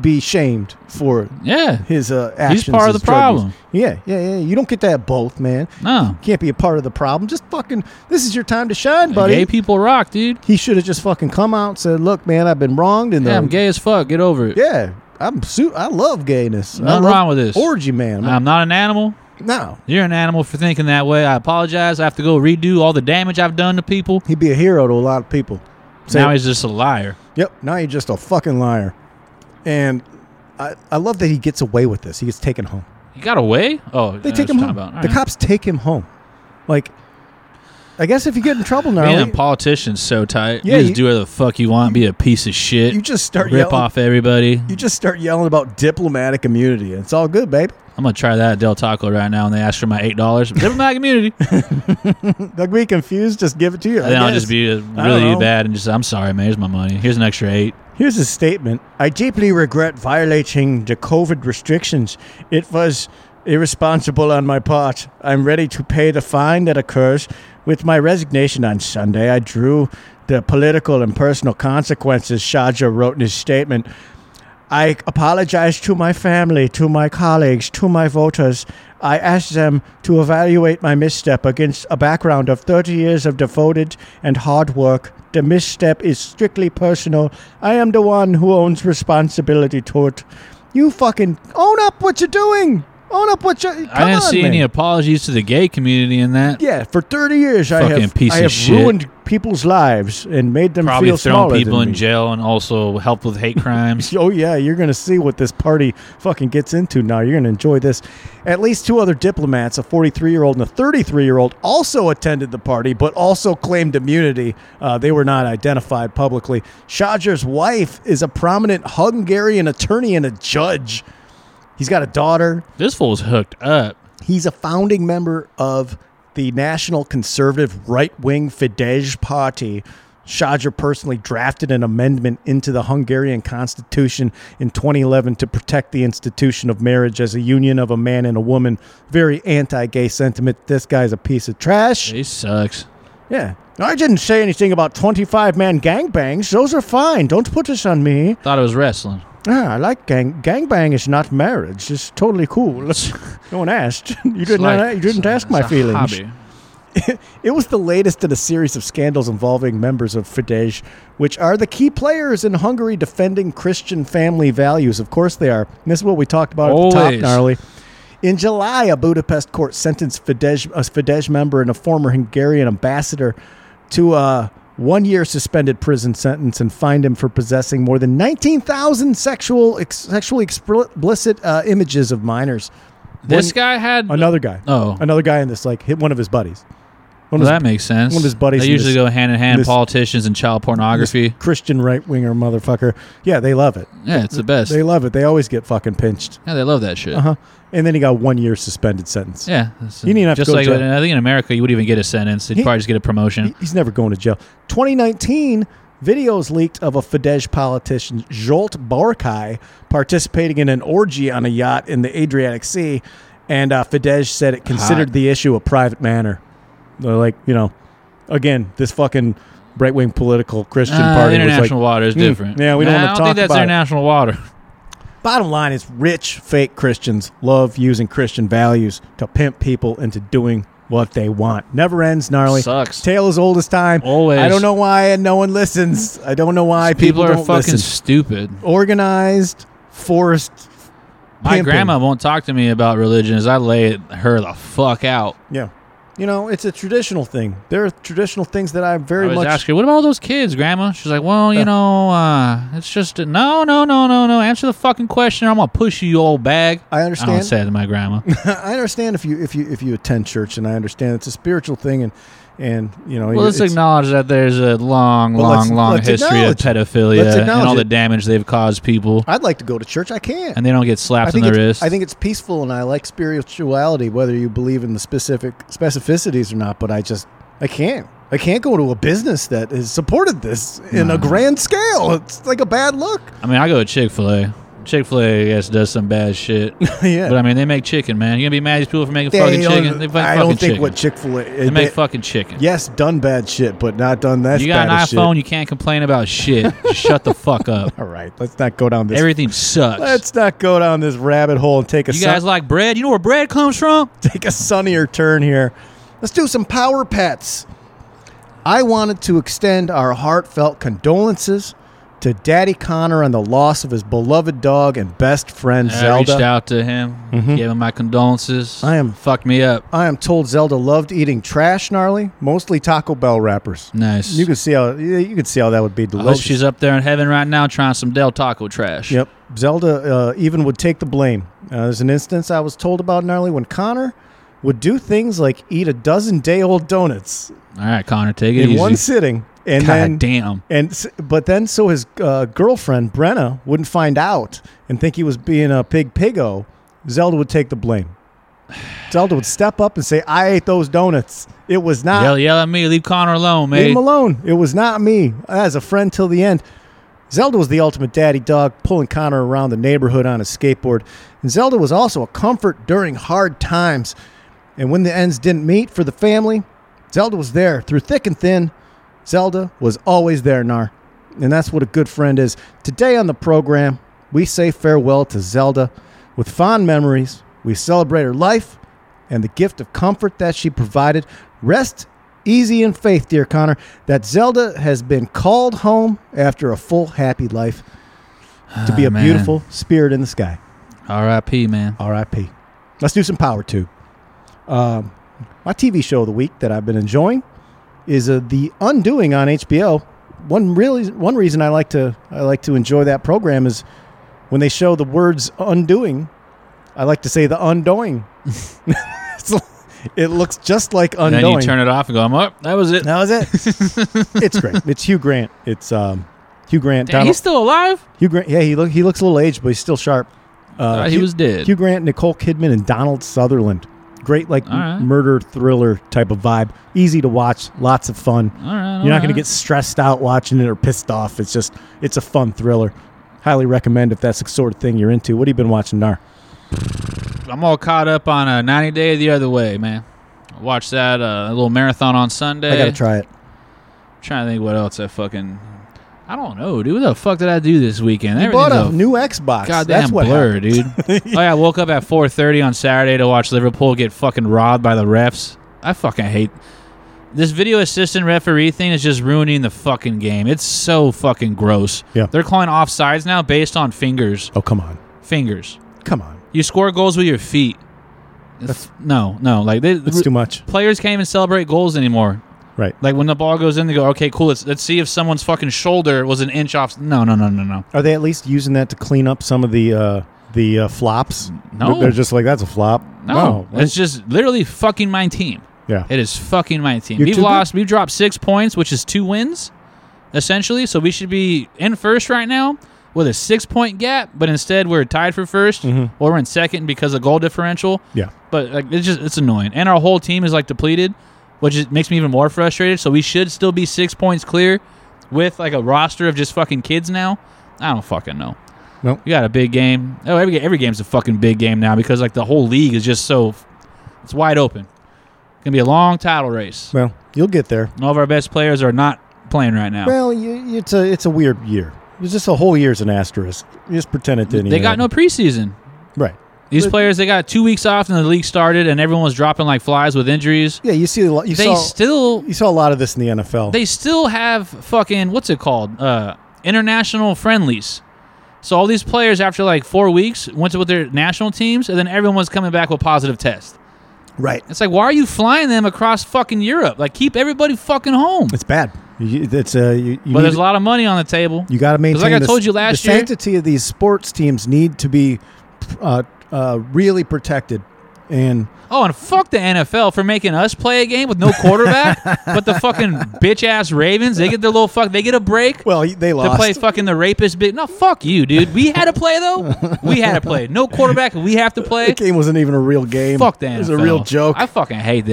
S1: be shamed for
S3: yeah,
S1: his uh, actions.
S3: part of
S1: his
S3: the
S1: drug use.
S3: problem.
S1: Yeah, yeah, yeah. You don't get that both, man.
S3: no.
S1: Can't be a part of the problem. Just fucking. This is your time to shine, buddy.
S3: Gay people rock, dude.
S1: he should have just fucking come out and said, "Look, man, I've been wronged." And
S3: Yeah,
S1: the-
S3: I'm gay as fuck. Get over it.
S1: Yeah, I'm su- I love gayness. I
S3: Nothing
S1: love
S3: wrong with this.
S1: orgy, man.
S3: I'm not an animal.
S1: no,
S3: You're an animal for thinking that way. I apologize. I have to go redo all the damage I've done to people.
S1: he'd be a hero to a lot of people. Say-
S3: now he's just a liar.
S1: Yep. Now you're just a fucking liar. And I, I love that he gets away with this. He gets taken home.
S3: You got away? Oh,
S1: They take him home. The cops take him home. Like, I guess if you get in trouble now,
S3: Man,
S1: you-
S3: politicians so tight.
S1: Yeah,
S3: you just
S1: you-
S3: do whatever the fuck you want. Be a piece of shit.
S1: you just start
S3: rip
S1: yelling-
S3: off everybody.
S1: You just start yelling about diplomatic immunity. It's all good, babe.
S3: I'm gonna try that at Del Taco right now, and they ask for my eight dollars. Diplomatic community.
S1: Don't be confused. Just give it to you. I
S3: And then I'll
S1: guess.
S3: just be uh,
S1: I don't
S3: really
S1: know.
S3: bad and just I'm sorry, man. Here's my money. Here's an extra eight.
S1: Here's his statement. I deeply regret violating the COVID restrictions. It was irresponsible on my part. I'm ready to pay the fine that occurs with my resignation on Sunday. I drew the political and personal consequences, Shaja wrote in his statement. I apologize to my family, to my colleagues, to my voters. I ask them to evaluate my misstep against a background of 30 years of devoted and hard work. The misstep is strictly personal. I am the one who owns responsibility to it. You fucking own up what you're doing. Own up what you're. Come
S3: I didn't
S1: on,
S3: see
S1: man.
S3: any apologies to the gay community in that.
S1: Yeah, for 30 years I
S3: Fucking
S1: have,
S3: piece
S1: I
S3: of
S1: have
S3: shit.
S1: ruined people's lives and made them
S3: Probably
S1: feel
S3: thrown
S1: smaller
S3: people
S1: than
S3: in
S1: me.
S3: jail and also helped with hate crimes.
S1: Oh yeah, you're gonna see what this party fucking gets into now. You're gonna enjoy this. At least two other diplomats, a 43 year old and a 33 year old, also attended the party, but also claimed immunity. Uh, they were not identified publicly. Shajar's wife is a prominent Hungarian attorney and a judge. He's got a daughter.
S3: this fool's hooked up.
S1: He's a founding member of the National Conservative Right Wing Fidesz Party. Shajar personally drafted an amendment into the Hungarian constitution in 2011 to protect the institution of marriage as a union of a man and a woman. Very anti gay sentiment. This guy's a piece of trash.
S3: He sucks.
S1: Yeah. I didn't say anything about 25 man gangbangs. Those are fine. Don't put this on me.
S3: Thought it was wrestling.
S1: Ah, I like gang. Gangbang is not marriage. It's totally cool. No one asked. You
S3: It's
S1: didn't.
S3: like-
S1: you didn't
S3: it's a-
S1: ask my
S3: it's a
S1: feelings.
S3: hobby.
S1: It was the latest in a series of scandals involving members of Fidesz, which are the key players in Hungary defending Christian family values. Of course they are. And this is what we talked about at the top,
S3: Always.
S1: gnarly. In July, a Budapest court sentenced Fidesz, a Fidesz member and a former Hungarian ambassador to a one year suspended prison sentence and fined him for possessing more than 19,000 sexual, ex- sexually explicit uh, images of minors.
S3: This
S1: One-
S3: guy had
S1: Another guy.
S3: Oh.
S1: Another guy in this, like, hit one of his buddies. One
S3: Well,
S1: of his
S3: that makes sense.
S1: one of his buddies
S3: They
S1: in
S3: usually
S1: this-
S3: go hand in hand.
S1: this-
S3: politicians and child pornography.
S1: Christian right winger motherfucker. Yeah, they love it.
S3: yeah, it's the best.
S1: They love it. They always get fucking pinched.
S3: yeah, they love that shit.
S1: Uh huh. And then he got one year suspended sentence.
S3: Yeah, that's-
S1: You didn't have to
S3: just
S1: go to
S3: like
S1: jail.
S3: I think in America you would even get a sentence. You'd
S1: He-
S3: probably just get a promotion.
S1: He- He's never going to jail. 2019 videos leaked of a Fidesz politician Jolt Barkai participating in an orgy on a yacht in the Adriatic Sea. And uh, Fidesz said it considered the issue a private matter. They're like, you know, again, this fucking right wing political Christian
S3: Uh,
S1: party was like,
S3: international water is
S1: "Hmm,
S3: different.
S1: yeah, we don't
S3: Nah,
S1: wanna
S3: I don't
S1: talk
S3: think that's
S1: about it."
S3: international water.
S1: Bottom line is rich, fake Christians love using Christian values to pimp people into doing what they want. Never ends gnarly.
S3: Sucks.
S1: Tale as old as time.
S3: Always.
S1: I don't know why and no one listens. I don't know why
S3: People,
S1: people,
S3: are
S1: don't
S3: fucking
S1: listen.
S3: stupid.
S1: Organized, forced.
S3: My
S1: pimping.
S3: grandma won't talk to me about religion as I lay her the fuck out.
S1: Yeah. You know, it's a traditional thing. There are traditional things that I'm
S3: I
S1: very
S3: was
S1: much.
S3: asking, what about all those kids, Grandma? She's like, well, you
S1: Yeah.
S3: know, uh, it's just no, no, no, no, no. Answer the fucking question, or I'm gonna push you, you old bag.
S1: I
S3: I don't
S1: understand.
S3: say that to my grandma.
S1: I understand if you if you if you attend church, and I understand it's a spiritual thing, and and you know.
S3: well, let's
S1: it's-
S3: acknowledge that there's a long,
S1: Well,
S3: long,
S1: let's-
S3: long
S1: let's
S3: history of
S1: acknowledge it. Let's
S3: pedophilia and
S1: acknowledge
S3: all the
S1: it.
S3: damage they've caused people,
S1: I'd like to go to church. I can't.
S3: and they don't get slapped on
S1: think
S3: the
S1: it's-
S3: wrist.
S1: I think it's peaceful, and I like spirituality, whether you believe in the specific specificities or not. But I just I can't. I can't go to a business that has supported this in a grand scale. It's like a bad look.
S3: I mean, I go to Chick Fil A. Chick Fil A, I guess, does some bad shit.
S1: yeah.
S3: But I mean, they make chicken, man. You gonna be mad at these people for making fucking
S1: don't-
S3: chicken? They make
S1: I
S3: fucking
S1: don't think
S3: chicken.
S1: what Chick Fil A.
S3: they make fucking chicken.
S1: Yes, done bad shit, but not done that.
S3: you got an
S1: bad as shit.
S3: iPhone, you can't complain about shit. Just shut the fuck up.
S1: All right, let's not go down this.
S3: Everything sucks.
S1: let's not go down this rabbit hole and take a
S3: you guys
S1: sun-
S3: like bread? You know where bread comes from?
S1: take a sunnier turn here. Let's do some power pets. I wanted to extend our heartfelt condolences to Daddy Connor on the loss of his beloved dog and best friend
S3: I
S1: Zelda. Mm-hmm.
S3: reached out to him, gave him my condolences.
S1: I am-
S3: fucked me up.
S1: I am told Zelda loved eating trash, gnarly, mostly Taco Bell wrappers.
S3: Nice.
S1: You can see how you can see how that would be
S3: I
S1: delicious.
S3: hope she's up there in heaven right now trying some Del Taco trash.
S1: Yep. Zelda uh, even would take the blame. Uh, there's an instance I was told about gnarly when Connor would do things like eat a dozen day old donuts
S3: All right, Connor, take it
S1: in
S3: easy.
S1: one sitting, and
S3: God
S1: then
S3: damn.
S1: and s- but then so his uh, girlfriend Brenna wouldn't find out and think he was being a pig pigo. Zelda would take the blame. Zelda would step up and say, "I ate those donuts. It was not
S3: Yell, yell at me. Leave Connor alone,
S1: Leave
S3: man.
S1: him alone. It was not me. As a friend till the end. Zelda was the ultimate daddy dog, pulling Connor around the neighborhood on his skateboard. And Zelda was also a comfort during hard times. And when the ends didn't meet for the family, Zelda was there through thick and thin. Zelda was always there, Nar. And that's what a good friend is. Today on the program, we say farewell to Zelda. With fond memories, we celebrate her life and the gift of comfort that she provided. Rest easy in faith, dear Connor, that Zelda has been called home after a full, happy life to be
S3: Ah,
S1: a
S3: man.
S1: beautiful spirit in the sky.
S3: R.I.P., man.
S1: R.I.P. Let's do some power tube. Um, my TV show of the week that I've been enjoying is uh, The Undoing on HBO. One really one reason I like to I like to enjoy that program is when they show the words undoing. I like to say the undoing. It's like- it looks just like
S3: And
S1: undoing.
S3: then you turn it off and go, I'm up. That was it.
S1: That was it. it's great. It's Hugh Grant. It's um, Hugh Grant.
S3: Damn,
S1: Donald,
S3: he's still alive?
S1: Hugh Grant. Yeah, he look he looks a little aged, but he's still sharp. Uh,
S3: Thought he
S1: Hugh,
S3: was dead.
S1: Hugh Grant, Nicole Kidman, and Donald Sutherland. Great like
S3: All right.
S1: murder thriller type of vibe. Easy to watch. Lots of fun.
S3: All right,
S1: You're
S3: all
S1: not going to
S3: right.
S1: get stressed out watching it or pissed off. It's just it's a fun thriller. Highly recommend if that's the sort of thing you're into. What have you been watching, Nar?
S3: I'm all caught up on a 90 Day the Other Way, man. I watched that uh, a little marathon on Sunday.
S1: I got to try it.
S3: trying to think what else I fucking. I don't know, dude. What the fuck did I do this weekend?
S1: You bought
S3: Everything's
S1: a new Xbox.
S3: goddamn
S1: that's what
S3: blur,
S1: happened.
S3: dude. oh yeah, I woke up at 4:30 on Saturday to watch Liverpool get fucking robbed by the refs. I fucking hate this video assistant referee thing. Is just ruining the fucking game. It's so fucking gross.
S1: Yeah.
S3: they're calling offsides now based on fingers.
S1: Oh come on,
S3: Fingers.
S1: come on.
S3: You score goals with your feet. It's- no, no. Like they,
S1: That's too much.
S3: players can't even celebrate goals anymore.
S1: Right.
S3: Like when the ball goes in, they go, "Okay, cool. Let's let's see if someone's fucking shoulder was an inch off." No, no, no, no, no.
S1: Are they at least using that to clean up some of the uh, the uh, flops?
S3: No.
S1: They're- they're just like that's a flop.
S3: No,
S1: Wow.
S3: it's just literally fucking my team.
S1: yeah.
S3: It is fucking my team.
S1: You're
S3: we've
S1: too good.
S3: lost. We've dropped six points, which is two wins, essentially. So we should be in first right now with a six-point gap, but instead we're tied for 1st or we're in second because of goal differential.
S1: yeah.
S3: But like, it's just it's annoying, and our whole team is like depleted, which is, makes me even more frustrated. So we should still be six points clear with like a roster of just fucking kids now. I don't fucking know.
S1: Nope.
S3: You got a big game. Oh, every every game's a fucking big game now because like the whole league is just so it's wide open. It's gonna be a long title race.
S1: Well, you'll get there.
S3: And all of our best players are not playing right now.
S1: Well, you, it's a it's a weird year. It's just a whole year's an asterisk. You just pretend it didn't.
S3: they
S1: even
S3: got no
S1: happen.
S3: preseason.
S1: right.
S3: These
S1: uh, But-
S3: players they got two weeks off and the league started and everyone was dropping like flies with injuries.
S1: Yeah, you see a lot. You
S3: They
S1: saw
S3: still
S1: you saw a lot of this in the NFL.
S3: they still have fucking what's it called uh international friendlies so all these players after like four weeks went to with their national teams and then everyone was coming back with positive tests
S1: right.
S3: it's like why are you flying them across fucking europe like keep everybody fucking home
S1: It's bad. You, it's uh, you, you
S3: but
S1: need-
S3: there's a lot of money on the table
S1: You got to maintain.
S3: like I
S1: the-
S3: told you last
S1: the
S3: year-
S1: sanctity of these sports teams need to be uh, uh, really protected. And
S3: oh and fuck the nfl for making us play a game with no quarterback but the fucking bitch ass ravens they get their little fuck they get a break
S1: well, they
S3: to
S1: lost.
S3: play fucking the rapist bit. No, fuck you, dude. We had to play though. We had to play. No quarterback. We have to play.
S1: the game wasn't even a real game.
S3: Fuck the NFL.
S1: It was a real joke.
S3: I fucking hate the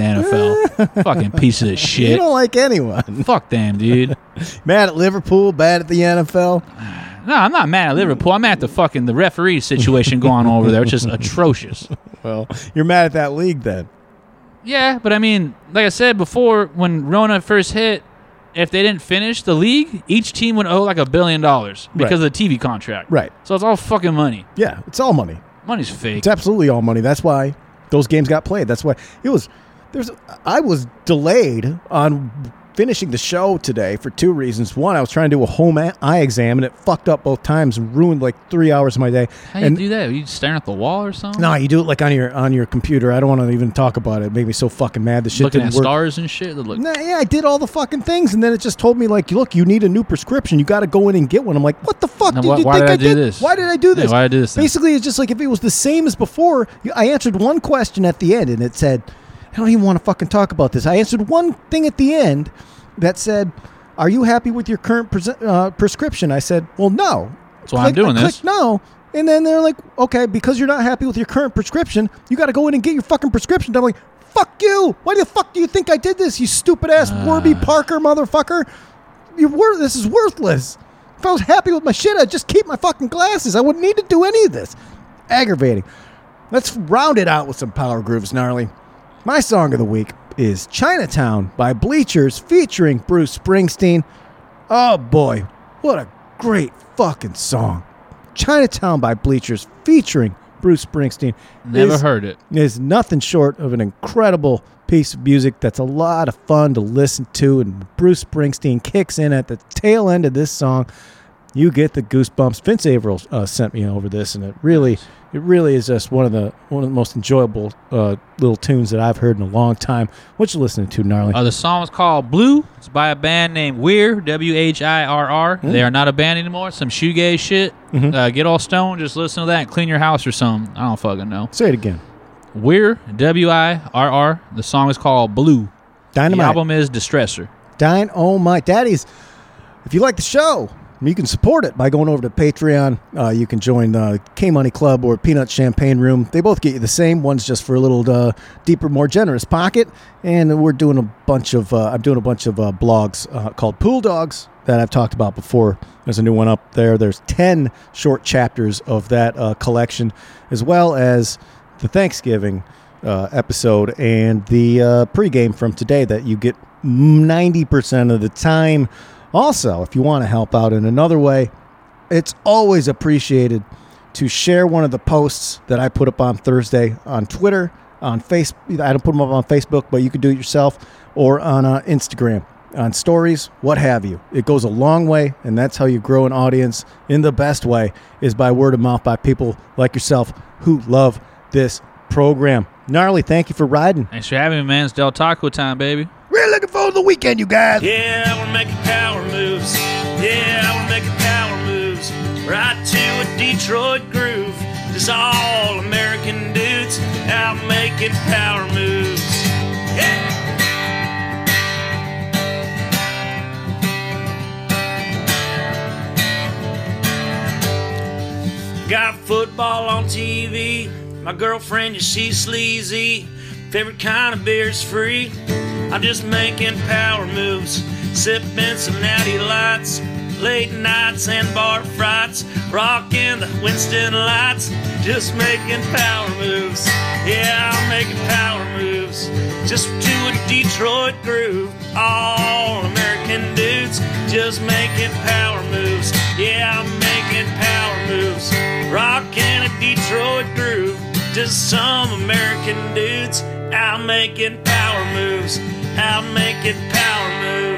S3: NFL. fucking piece of
S1: you
S3: shit.
S1: don't like anyone.
S3: Fuck them, dude.
S1: Mad at Liverpool. Bad at the NFL.
S3: No, I'm not mad at Liverpool. I'm at the fucking the referee situation going on over there, which is atrocious.
S1: Well, you're mad at that league then.
S3: Yeah, but I mean, like I said before, when Rona first hit, if they didn't finish the league, each team would owe like a billion dollars because of the TV contract.
S1: Right.
S3: So it's all fucking money.
S1: Yeah, it's all money.
S3: Money's fake.
S1: It's absolutely all money. That's why those games got played. That's why it was. There's. I was delayed on finishing the show today for two reasons. One, I was trying to do a home a- eye exam and it fucked up both times and ruined like three hours of my day.
S3: How you
S1: and
S3: do that? Are you staring at the wall or something?
S1: no, you do it like on your on your computer. I don't want to even talk about it. It made me so fucking mad. The shit
S3: Looking
S1: didn't
S3: at
S1: work.
S3: stars and shit. Look,
S1: Nah, yeah, I did all the fucking things, and then it just told me like, look, you need a new prescription. You got to go in and get one. I'm like, what the fuck
S3: Now,
S1: did
S3: why-
S1: you
S3: why
S1: think
S3: did
S1: I,
S3: I do this?
S1: Why did I do
S3: Yeah,
S1: this?
S3: why did I do this then?
S1: Basically, it's just like if it was the same as before. you- I answered one question at the end, and it said, I don't even want to fucking talk about this. I answered one thing at the end that said, Are you happy with your current pres uh, prescription? I said, Well, no. That's
S3: why I'm doing
S1: I
S3: this.
S1: clicked no. And then they're like, okay, because you're not happy with your current prescription, you got to go in and get your fucking prescription. done." I'm like, fuck you. Why the fuck do you think I did this, you stupid ass
S3: Uh.
S1: Warby Parker motherfucker? You're wor- this is worthless. If I was happy with my shit, I'd just keep my fucking glasses. I wouldn't need to do any of this. Aggravating. Let's round it out with some power grooves, gnarly. My song of the week is Chinatown by Bleachers featuring Bruce Springsteen. Oh boy, what a great fucking song. Chinatown by Bleachers featuring Bruce Springsteen.
S3: never
S1: is,
S3: heard it.
S1: Is nothing short of an incredible piece of music that's a lot of fun to listen to. And Bruce Springsteen kicks in at the tail end of this song. You get the goosebumps. Vince Averill uh, sent me over this, and it really, it really is just one of the one of the most enjoyable uh, little tunes that I've heard in a long time. What you listening to, gnarly?
S3: Uh, the song is called Blue. It's by a band named Weir, W H I R R.
S1: Hmm.
S3: They are not a band anymore. Some shoegaze shit.
S1: Mm-hmm.
S3: Uh, get all stoned. Just listen to that and clean your house or something. I don't fucking know.
S1: Say it again.
S3: Weir, W I R R. The song is called Blue. The
S1: Dynamite.
S3: album is Distressor.
S1: Dine oh my daddies. If you like the show, you can support it by going over to Patreon. Uh, you can join the K Money Club or Peanut Champagne Room. They both get you the same. One's just for a little uh, deeper, more generous pocket. And we're doing a bunch of uh, I'm doing a bunch of uh, blogs uh, called Pool Dogs that I've talked about before. There's a new one up there. There's ten short chapters of that uh, collection, as well as the Thanksgiving uh, episode and the uh, pregame from today that you get 90% of the time. Also, if you want to help out in another way, it's always appreciated to share one of the posts that I put up on Thursday on Twitter, on Facebook. I don't put them up on Facebook, but you can do it yourself or on uh, Instagram, on stories, what have you. It goes a long way, and that's how you grow an audience in the best way is by word of mouth by people like yourself who love this program. Gnarly, thank you for riding.
S3: Thanks for having me, man. It's Del Taco time, baby.
S1: We're looking forward to the weekend, you guys.
S2: Yeah, we're making power moves. Yeah, we're making power moves. Right to a Detroit groove. Just all American dudes out making power moves. Yeah. Got football on TV. My girlfriend, yeah, she's sleazy. Favorite kind of beer's free. I'm just making power moves, sipping some natty lights. late nights and bar frights, rocking the Winston lights, just making power moves. Yeah, I'm making power moves, just to a Detroit groove. All American dudes, just making power moves. Yeah, I'm making power moves, rocking a Detroit groove. Just some American dudes out making power moves, out making power moves.